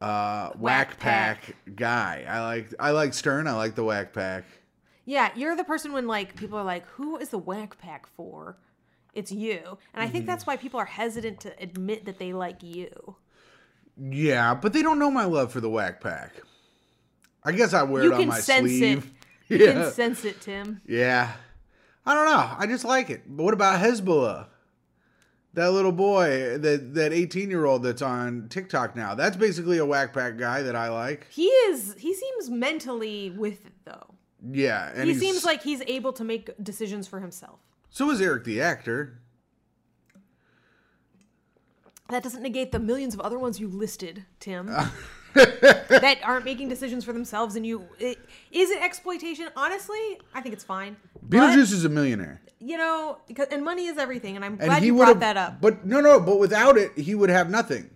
S1: Uh, whack,
S2: Whack
S1: pack,
S2: Pack.
S1: guy. I like I like Stern. I like the whack pack.
S2: Yeah, you're the person when like people are like, "Who is the whack pack for?" It's you, and I
S1: Mm-hmm.
S2: think that's why people are hesitant to admit that they like you.
S1: Yeah, but they don't know my love for the Whack Pack. I guess I wear
S2: You
S1: it on
S2: can
S1: my
S2: sense it.
S1: sleeve.
S2: You
S1: Yeah.
S2: can sense it, Tim.
S1: yeah. I don't know. I just like it. But what about Hezbollah? That little boy, that that 18 year old that's on TikTok now. That's basically a Whack Pack guy that I like.
S2: He is. He seems mentally with it though.
S1: Yeah. And
S2: he
S1: he's-
S2: seems like he's able to make decisions for himself.
S1: So is Eric the actor.
S2: That doesn't negate the millions of other ones you listed, Tim, that aren't making decisions for themselves. And you, it, is it exploitation? Honestly, I think it's fine.
S1: Beetlejuice is a millionaire.
S2: But, you know, because, and money is everything. And I'm
S1: And
S2: glad
S1: he
S2: you
S1: would
S2: brought
S1: have
S2: that up.
S1: But no, no, but without it, he would have nothing.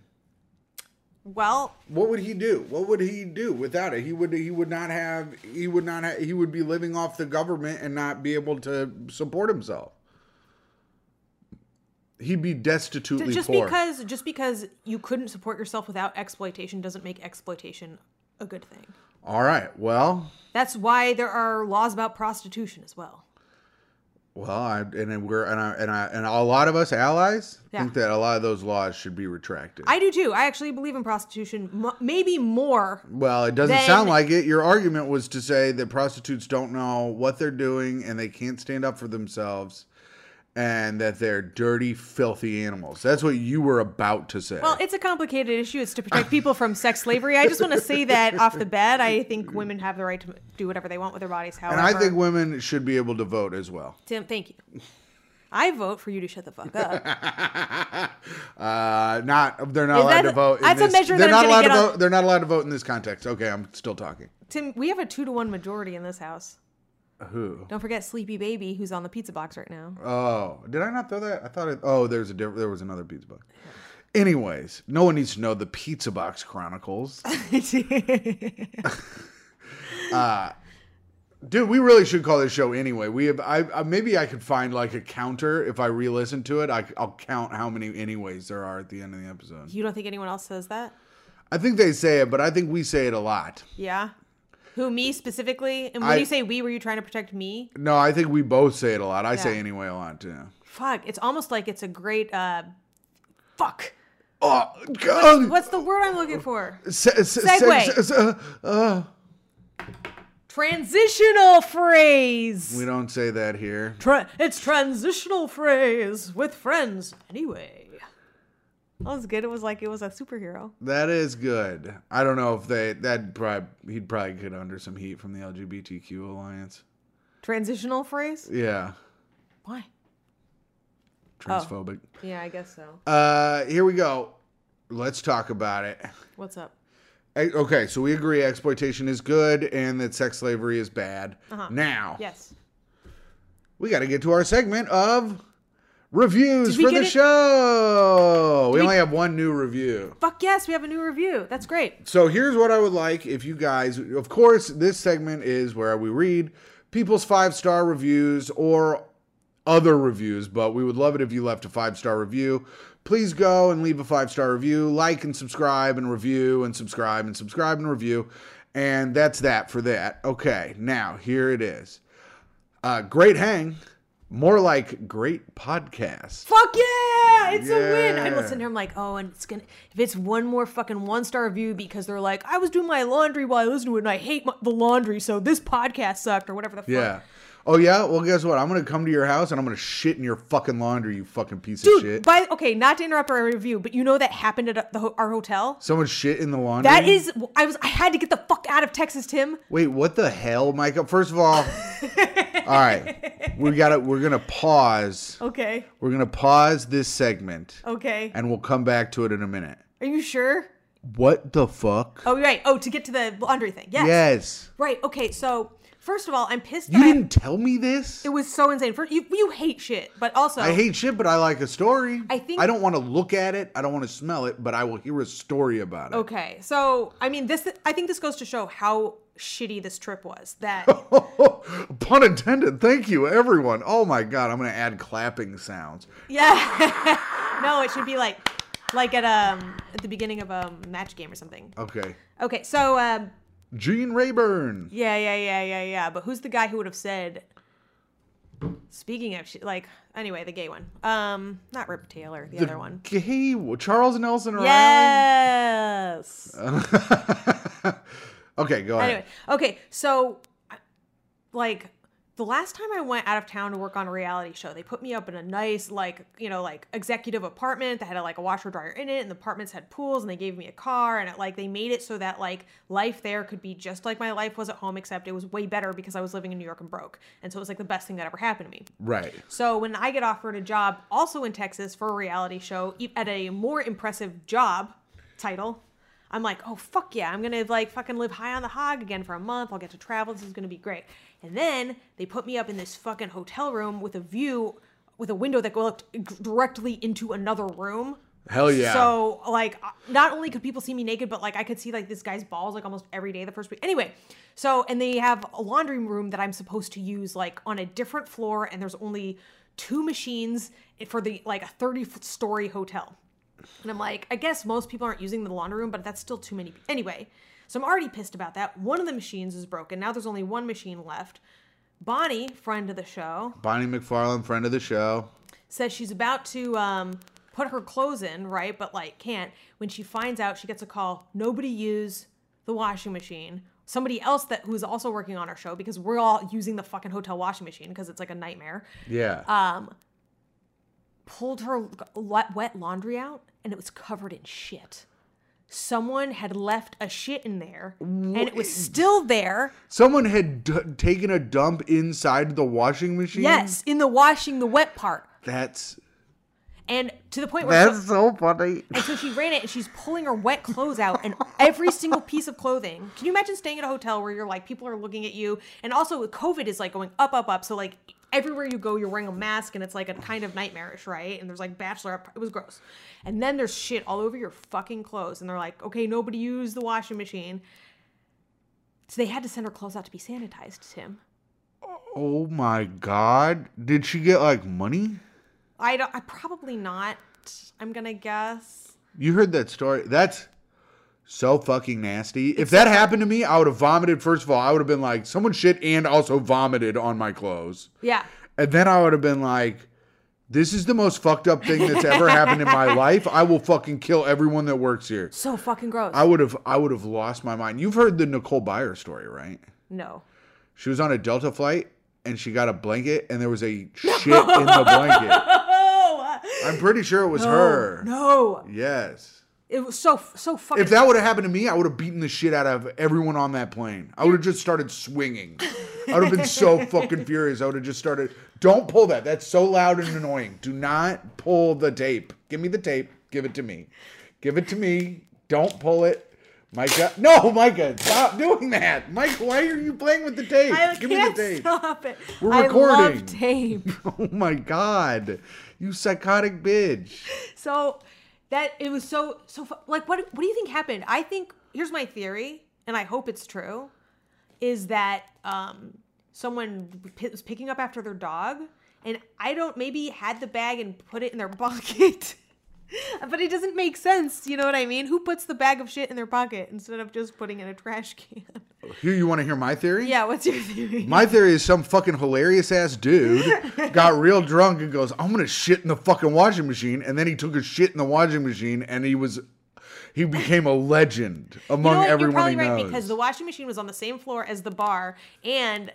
S2: Well,
S1: What would he do? What would he do without it? He would he would not have he would not ha he would be living off the government and not be able to support himself. He'd be destitutely
S2: just
S1: poor.
S2: because just because you couldn't support yourself without exploitation doesn't make exploitation a good thing.
S1: All right. Well,
S2: That's why there are laws about prostitution as well.
S1: well, I, and then we're and I, and I, and a lot of us allies
S2: Yeah.
S1: think that a lot of those laws should be retracted.
S2: I do too. I actually believe in prostitution, mo- maybe more
S1: well, it doesn't
S2: Then-
S1: sound like it. Your argument was to say that prostitutes don't know what they're doing and they can't stand up for themselves and that they're dirty, filthy animals. That's what you were about to say.
S2: Well, it's a complicated issue. It's to protect people from sex slavery. I just want to say that off the bat. I think women have the right to do whatever they want with their bodies. However,
S1: and I think women should be able to vote as well.
S2: Tim, thank you. I vote for you to shut the fuck up.
S1: Uh, not they're not
S2: Is
S1: allowed
S2: that-
S1: to vote. in
S2: that's a
S1: this-
S2: measure
S1: they're
S2: that
S1: not
S2: I'm
S1: allowed
S2: gonna
S1: to
S2: get on-
S1: vote. They're not allowed to vote in this context. Okay, I'm still talking.
S2: Tim, we have a two to one majority in this house.
S1: Who?
S2: Don't forget Sleepy Baby, who's on the pizza box right now.
S1: Oh, did I not throw that? I thought. It, oh, there's a diff- there was another pizza box. Anyways, no one needs to know the Pizza Box Chronicles, dude. We really should call this show anyway. We have. I, I maybe I could find like a counter if I re-listen to it. I, I'll count how many anyways there are at the end of the episode.
S2: you don't think anyone else says that?
S1: I think they say it, but I think we say it a lot.
S2: Yeah. Who me specifically? And when
S1: I-
S2: you say we, were you trying to protect me?
S1: No, I think we both say it a lot. I say
S2: Yeah.
S1: anyway a lot too.
S2: Fuck. It's almost like it's a great uh fuck.
S1: Oh God!
S2: What's the word I'm looking for?
S1: Se- se- se-
S2: Segue.
S1: se- uh, uh,
S2: Transitional phrase.
S1: we don't say that here.
S2: Tra- it's transitional phrase with friends anyway. That was good. It was like it was a superhero.
S1: That is good. I don't know if they that probably he'd probably get under some heat from the LGBTQ alliance.
S2: Transitional phrase?
S1: Yeah,
S2: Why?
S1: transphobic.
S2: Yeah, I guess so.
S1: Uh, here we go. Let's talk about it.
S2: What's up?
S1: Eh, Okay, so we agree exploitation is good and that sex slavery is bad.
S2: Uh-huh.
S1: Now
S2: Yes.
S1: we got to get to our segment of reviews
S2: Did we
S1: for
S2: get
S1: the
S2: it?
S1: show. we only have one new review.
S2: Fuck yes, we have a new review. That's great.
S1: So here's what I would like if you guys, of course, this segment is where we read people's five star reviews or other reviews, but we would love it if you left a five star review. Please go and leave a five star review, like and subscribe and review and subscribe and subscribe and review. And that's that for that. Okay, now here it is. Uh, great hang, more like great podcast.
S2: Fuck yeah! It's a win. I
S1: Yeah.
S2: listen to him like, oh, and it's gonna if it's one more fucking one star review because they're like, I was doing my laundry while I listened to it and I hate my, the laundry, so this podcast sucked or whatever the fuck.
S1: Yeah. Oh, yeah? Well, guess what? I'm going to come to your house and I'm going to shit in your fucking laundry, you fucking piece of
S2: Dude,
S1: shit.
S2: by okay, not to interrupt our review, but you know that happened at the, ho- our hotel.
S1: Someone shit in the laundry.
S2: That is, I was, I had to get the fuck out of Texas, Tim.
S1: Wait, what the hell, Micah? First of all, all right, we got to We're gonna pause.
S2: Okay,
S1: We're gonna pause this segment,
S2: okay.
S1: and we'll come back to it in a minute.
S2: Are you sure?
S1: What the fuck?
S2: Oh, you're right. Oh, to get to the laundry thing. Oh, Yes.
S1: yes,
S2: Right. Okay. So first of all, I'm pissed.
S1: you
S2: that I-
S1: didn't tell me this.
S2: it was so insane. First, you you hate shit, but also
S1: I hate shit, but I like a story.
S2: I think-
S1: I don't want to look at it. I don't want to smell it, but I will hear a story about it.
S2: Okay, so I mean, this I think this goes to show how shitty this trip was. That
S1: Pun intended. Thank you, everyone. Oh my god, I'm gonna add clapping sounds.
S2: yeah, no, it should be like like at um at the beginning of a match game or something.
S1: Okay,
S2: Okay, so um
S1: Gene Rayburn.
S2: yeah yeah yeah yeah yeah, but who's the guy who would have said? Speaking of shit, like anyway, the gay one. Um, not Rip Taylor, the, other one.
S1: Gay Charles Nelson Riley.
S2: Yes.
S1: okay, go ahead.
S2: anyway, okay, so I- like the last time I went out of town to work on a reality show, they put me up in a nice like you know like executive apartment that had a, like a washer dryer in it, and the apartments had pools, and they gave me a car, and it, like they made it so that like life there could be just like my life was at home, except it was way better because I was living in New York and broke, and so it was like the best thing that ever happened to me.
S1: Right.
S2: So when I get offered a job also in Texas for a reality show e- at a more impressive job title, I'm like, oh fuck yeah, I'm gonna like fucking live high on the hog again for a month. I'll get to travel. This is gonna be great. And then they put me up in this fucking hotel room with a view, with a window that looked directly into another room.
S1: Hell yeah.
S2: So like, uh, not only could people see me naked, but like I could see like this guy's balls like almost every day the first week. Anyway, so and they have a laundry room that I'm supposed to use like on a different floor, and there's only two machines for the like a 30 story hotel. And I'm like, I guess most people aren't using the laundry room, but that's still too many. Anyway, so I'm already pissed about that. One of the machines is broken. Now there's only one machine left. Bonnie, friend of the show,
S1: Bonnie McFarlane, friend of the show.
S2: says she's about to um, put her clothes in, right? But like can't. When she finds out, she gets a call. Nobody use the washing machine. Somebody else that who's also working on our show because we're all using the fucking hotel washing machine because it's like a nightmare.
S1: Yeah.
S2: Um, pulled her la- wet laundry out and it was covered in shit. Someone had left a shit in there and it was still there.
S1: Someone had d- taken a dump inside the washing machine.
S2: Yes, in the washing, the wet part.
S1: That's
S2: And to the point where
S1: that's so funny.
S2: And so she ran it and she's pulling her wet clothes out and every single piece of clothing. Can you imagine staying at a hotel where you're like people are looking at you and also with COVID is like going up up up so like everywhere you go you're wearing a mask and it's like a kind of nightmarish, right? And there's like bachelor it was gross. And then there's shit all over your fucking clothes and they're like, "Okay, nobody use the washing machine." So they had to send her clothes out to be sanitized, Tim.
S1: Oh my god. Did she get like money?
S2: I don't I probably not. I'm going to guess.
S1: You heard that story. That's so fucking nasty. If that happened to me, I would have vomited. First of all, I would have been like, someone shit and also vomited on my clothes.
S2: Yeah.
S1: And then I would have been like, this is the most fucked up thing that's ever happened in my life. I will fucking kill everyone that works here.
S2: So fucking gross.
S1: I would have I would have lost my mind. You've heard the Nicole Byer story, right?
S2: no.
S1: She was on a Delta flight and she got a blanket and there was a shit in the blanket.
S2: Oh.
S1: I'm pretty sure it was her.
S2: No.
S1: Yes.
S2: It was so so fucking.
S1: If that would have happened to me, I would have beaten the shit out of everyone on that plane. I would have just started swinging. I would have been so fucking furious. I would have just started. Don't pull that. That's so loud and annoying. Do not pull the tape. Give me the tape. Give it to me. Give it to me. Don't pull it. Micah, no, Micah, stop doing that. Mike, why are you playing with the tape?
S2: I
S1: Give me the
S2: can't
S1: tape.
S2: stop it.
S1: We're
S2: I love
S1: recording.
S2: tape.
S1: Oh my god, you psychotic bitch.
S2: So that it was so so fu- like what what do you think happened? I think here's my theory, and I hope it's true, is that um someone p- was picking up after their dog, and I don't maybe had the bag and put it in their pocket. But it doesn't make sense, you know what I mean? Who puts the bag of shit in their pocket instead of just putting it in a trash can?
S1: Here, you want to hear my theory?
S2: yeah, what's your theory?
S1: My theory is some fucking hilarious ass dude got real drunk and goes, I'm gonna shit in the fucking washing machine. And then he took a shit in the washing machine and he was, he became a legend among
S2: You know what?
S1: everyone
S2: You're probably
S1: he
S2: right
S1: knows.
S2: because the washing machine was on the same floor as the bar, and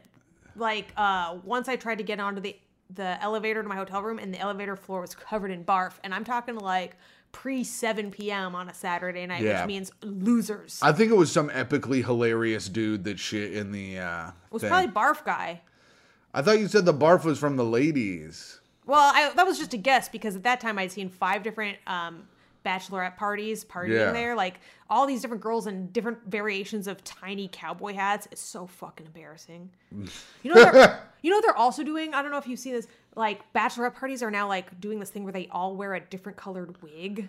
S2: like uh, once I tried to get onto the the elevator to my hotel room, and the elevator floor was covered in barf, and I'm talking like pre 7 p.m. on a Saturday night,
S1: Yeah.
S2: which means losers.
S1: I think it was some epically hilarious dude that shit in the. Uh,
S2: it was
S1: thing.
S2: probably barf guy.
S1: I thought you said the barf was from the ladies.
S2: Well, I, that was just a guess because at that time I'd seen five different um, bachelorette parties partying
S1: Yeah.
S2: there, like all these different girls in different variations of tiny cowboy hats. It's so fucking embarrassing. You know, what they're, you know what they're also doing. I don't know if you've seen this. Like bachelorette parties are now like doing this thing where they all wear a different colored wig.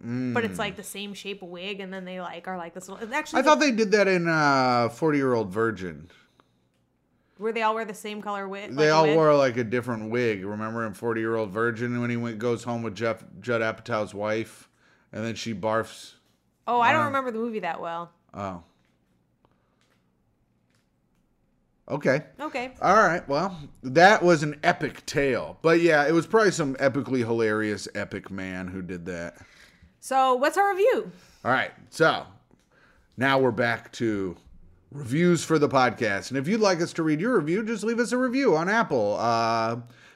S2: But it's like the same shape of wig, and then they like are like this little. it's Actually,
S1: Mm. I thought they did that in uh, 40 Year Old Virgin.
S2: where they all wear the same color wig.
S1: They
S2: like,
S1: all
S2: wig.
S1: wore like a different wig. Remember in Forty Year Old Virgin when he went goes home with Jeff Judd Apatow's wife, and then she barfs.
S2: Oh,
S1: Uh.
S2: I don't remember the movie that well.
S1: Oh. Okay.
S2: Okay.
S1: All right. Well, that was an epic tale, but yeah, it was probably some epically hilarious epic man who did that.
S2: So what's our review?
S1: All right. So now we're back to reviews for the podcast. And if you'd like us to read your review, just leave us a review on Apple.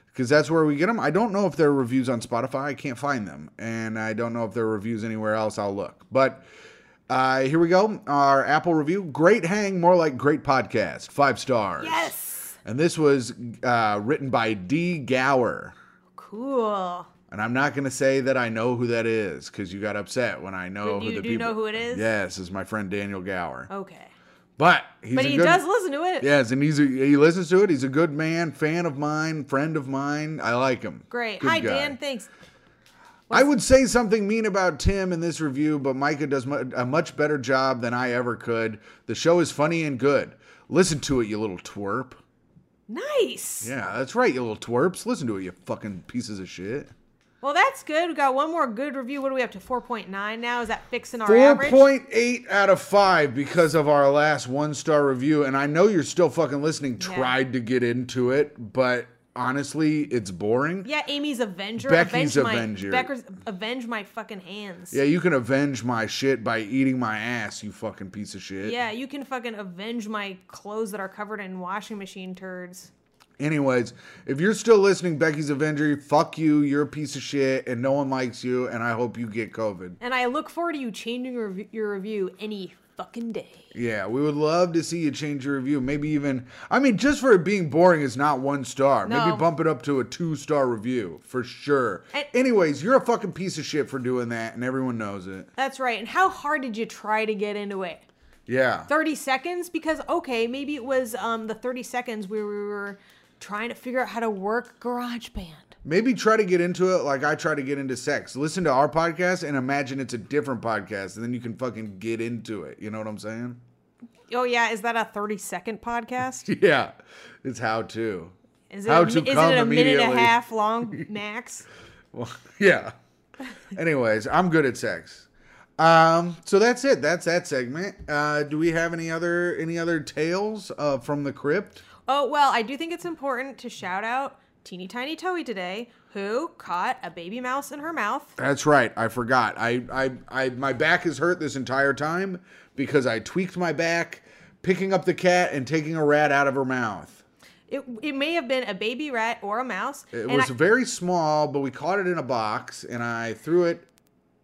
S1: because that's where we get them. I don't know if there are reviews on Spotify. I can't find them. And I don't know if there are reviews anywhere else. I'll look. But uh, here we go. Our Apple review. Great hang, more like great podcast. Five stars.
S2: Yes.
S1: And this was uh, written by D. Gower.
S2: Cool.
S1: And I'm not going to say that I know who that is because you got upset when I know
S2: But
S1: who
S2: you
S1: the
S2: do
S1: people.
S2: know who it is?
S1: Yes, is my friend Daniel Gower.
S2: Okay.
S1: But he's
S2: But
S1: a
S2: he
S1: good,
S2: does listen to it.
S1: Yes, and he's a, he listens to it. He's a good man, fan of mine, friend of mine. I like him.
S2: Great.
S1: Good
S2: Hi,
S1: guy.
S2: Dan. Thanks.
S1: I would say something mean about Tim in this review, but Micah does mu- a much better job than I ever could. The show is funny and good. Listen to it, you little twerp.
S2: Nice.
S1: Yeah, that's right, you little twerps. Listen to it, you fucking pieces of shit.
S2: Well, that's good. We got one more good review. What are we up to? 4.9 now? Is that fixing our average?
S1: 4.8 out of 5 because of our last one star review. And I know you're still fucking listening,
S2: Yeah.
S1: tried to get into it, but honestly, it's boring.
S2: yeah, Amy's Avenger.
S1: Becky's
S2: avenge my,
S1: Avenger.
S2: Becker's Avenge my fucking hands.
S1: Yeah, you can avenge my shit by eating my ass, you fucking piece of shit.
S2: Yeah, you can fucking avenge my clothes that are covered in washing machine turds.
S1: Anyways, if you're still listening, Becky's Avenger, fuck you. You're a piece of shit, and no one likes you. And I hope you get COVID.
S2: And I look forward to you changing your, rev- your review any fucking day.
S1: Yeah, we would love to see you change your review. Maybe even, I mean, just for it being boring is not one star.
S2: No.
S1: Maybe bump it up to a two star review for sure.
S2: And-
S1: Anyways, you're a fucking piece of shit for doing that, and everyone knows it.
S2: That's right. And how hard did you try to get into it?
S1: Yeah.
S2: 30 seconds? Because, okay, maybe it was um, the 30 seconds where we were trying to figure out how to work GarageBand.
S1: Maybe try to get into it like I try to get into sex. Listen to our podcast and imagine it's a different podcast, and then you can fucking get into it. You know what I'm saying?
S2: Oh, yeah. Is that a 30 second podcast?
S1: Yeah. It's how to.
S2: Is it,
S1: How
S2: a,
S1: to
S2: mi- is
S1: come
S2: it a minute and
S1: immediately.
S2: a half long max?
S1: Well, yeah. Anyways, I'm good at sex. Um, so that's it. That's that segment. Uh, do we have any other any other tales uh, from the crypt?
S2: Oh, well, I do think it's important to shout out Teeny Tiny Toey today, who caught a baby mouse in her mouth.
S1: That's right. I forgot. I, I I my back is hurt this entire time because I tweaked my back picking up the cat and taking a rat out of her mouth.
S2: It, it may have been a baby rat or a mouse.
S1: It
S2: and
S1: was
S2: I-
S1: very small, but we caught it in a box and I threw it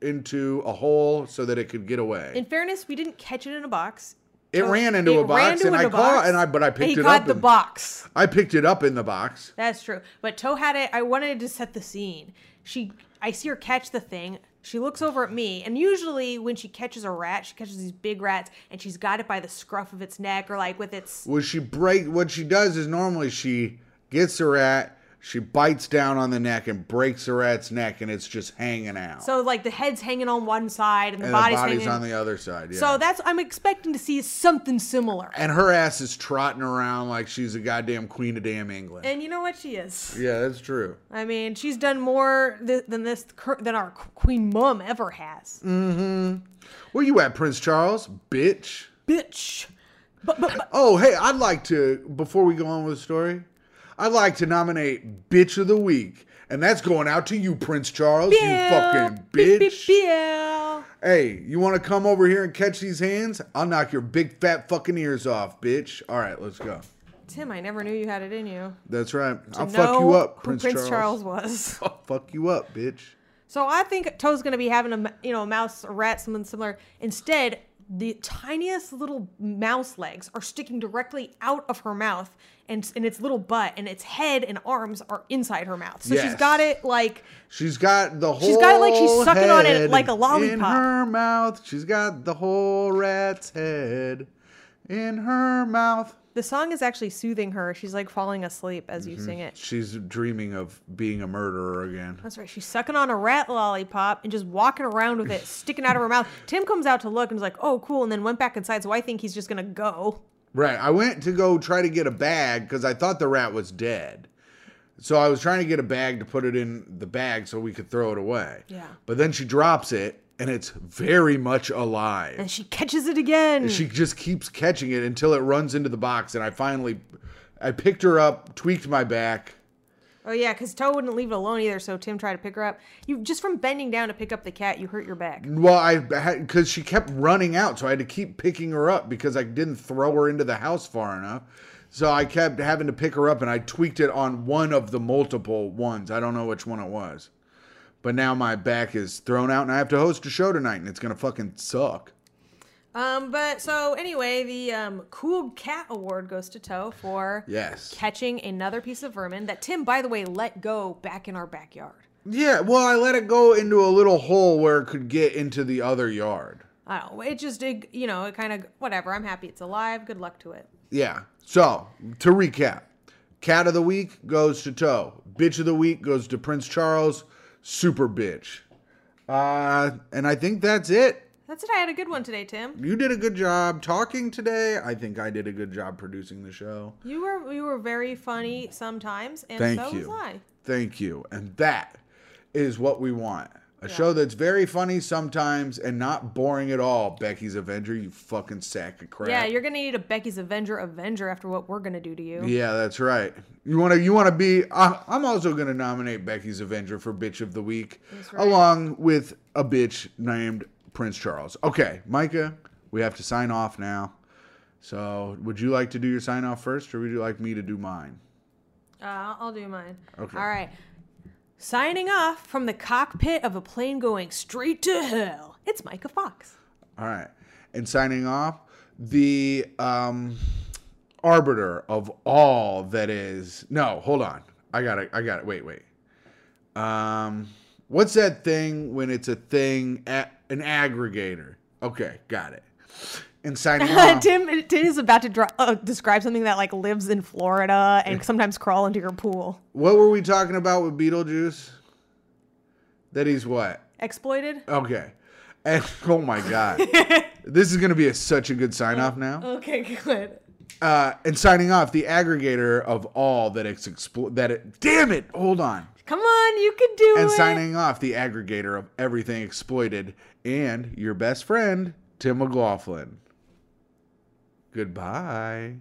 S1: into a hole so that it could get away.
S2: in fairness, we didn't catch it in a box.
S1: It
S2: Oh,
S1: ran into a box,
S2: ran into
S1: and I
S2: a
S1: caught-
S2: box,
S1: and I- but I picked
S2: he
S1: it
S2: caught
S1: up
S2: the
S1: and-
S2: box.
S1: I picked it up in the box.
S2: That's true. But Toe had it. I wanted to set the scene. She, I see her catch the thing. She looks over at me, and usually when she catches a rat, she catches these big rats, and she's got it by the scruff of its neck or like with its.
S1: Well, she break what she does is normally she gets the rat, she bites down on the neck and breaks the rat's neck, and it's just hanging out.
S2: So like the head's hanging on one side and the
S1: and
S2: body's,
S1: the body's
S2: hanging.
S1: on the other side. Yeah.
S2: So that's I'm expecting to see something similar.
S1: and her ass is trotting around like she's a goddamn queen of damn England.
S2: And you know what she is?
S1: yeah, that's true.
S2: I mean, she's done more th- than this cur- than our queen mum ever has.
S1: Mm. Where you at, Prince Charles? Bitch.
S2: Bitch. But, but, but
S1: Oh, hey, I'd like to, before we go on with the story, I'd like to nominate Bitch of the Week. And that's going out to you, Prince Charles, you fucking
S2: Bill,
S1: bitch.
S2: Bill, Bill.
S1: Hey, you want to come over here and catch these hands? I'll knock your big fat fucking ears off, bitch. All right, let's go. Tim,
S2: I never knew you had it in you.
S1: That's right. I'll
S2: to
S1: fuck you
S2: know
S1: up,
S2: who
S1: Prince, Charles.
S2: was.
S1: I'll fuck you up, bitch.
S2: So I think Toe's gonna be having a m- you know a mouse, a rat, something similar. Instead, the tiniest little mouse legs are sticking directly out of her mouth, and and its little butt and its head and arms are inside her mouth. So she's
S1: Yes.
S2: got it like
S1: She's got the whole.
S2: She's got it like she's sucking on it
S1: head
S2: like a lollipop.
S1: in her mouth. She's got the whole rat's head in her mouth.
S2: the song is actually soothing her. She's like falling asleep as
S1: Mm-hmm.
S2: you sing it.
S1: She's dreaming of being a murderer again.
S2: That's right. She's sucking on a rat lollipop and just walking around with it sticking out of her mouth. Tim comes out to look and is like, "Oh, cool," and then went back inside. So I think he's just gonna go.
S1: Right. I went to go try to get a bag because I thought the rat was dead. So I was trying to get a bag to put it in the bag so we could throw it away.
S2: Yeah.
S1: But then she drops it and it's very much alive.
S2: And she catches it again.
S1: She just keeps catching it until it runs into the box and I finally I picked her up, tweaked my back.
S2: oh yeah, because Toe wouldn't leave it alone either. So Tim tried to pick her up. You just from bending down to pick up the cat, you hurt your back.
S1: Well, I had because she kept running out, so I had to keep picking her up because I didn't throw her into the house far enough. So I kept having to pick her up, and I tweaked it on one of the multiple ones. I don't know which one it was, but now my back is thrown out, and I have to host a show tonight, and it's gonna fucking suck.
S2: Um, but so anyway, the um, cool cat award goes to Toe for
S1: Yes.
S2: catching another piece of vermin that Tim, by the way, let go back in our backyard.
S1: Yeah. Well, I let it go into a little hole where it could get into the other yard.
S2: I don't know. It just, it, you know, it kind of whatever. I'm happy it's alive. Good luck to it.
S1: Yeah. So to recap, cat of the week goes to Toe. Bitch of the week goes to Prince Charles. Super bitch. Uh, and I think that's it.
S2: That's it. I had a good one today, Tim.
S1: You did a good job talking today. I think I did a good job producing the show.
S2: You were you were very funny sometimes, and
S1: Thank
S2: so
S1: you.
S2: was I.
S1: Thank you. And that is what we want. A show that's very funny sometimes and not boring at all. Becky's Avenger, you fucking sack of crap.
S2: Yeah, you're gonna need a Becky's Avenger Avenger after what we're gonna do to you.
S1: Yeah, that's right. You want to you want to be. I, I'm also going to nominate Becky's Avenger for bitch of the week, along with a bitch named Prince Charles. Okay, Micah, we have to sign off now. So, would you like to do your sign off first, or would you like me to do mine?
S2: Uh, I'll- I'll do mine.
S1: Okay.
S2: All right. Signing off from the cockpit of a plane going straight to hell. It's Micah Fox.
S1: All right. And signing off, the um, arbiter of all that is. No, hold on. I got it. I got it. Wait, wait. Um, what's that thing when it's a thing? A- an aggregator. Okay, got it. And signing off.
S2: Tim, Tim is about to dr- uh, describe something that like lives in Florida and sometimes crawl into your pool.
S1: What were we talking about with Beetlejuice? That he's what?
S2: Exploited.
S1: Okay. And, oh my God. this is going to be a, such a good sign off now.
S2: Okay, good.
S1: uh, and signing off the aggregator of all that it's explo- that it damn it hold on
S2: Come on, you can do
S1: and
S2: it.
S1: signing off the aggregator of everything exploited and your best friend tim mclaughlin goodbye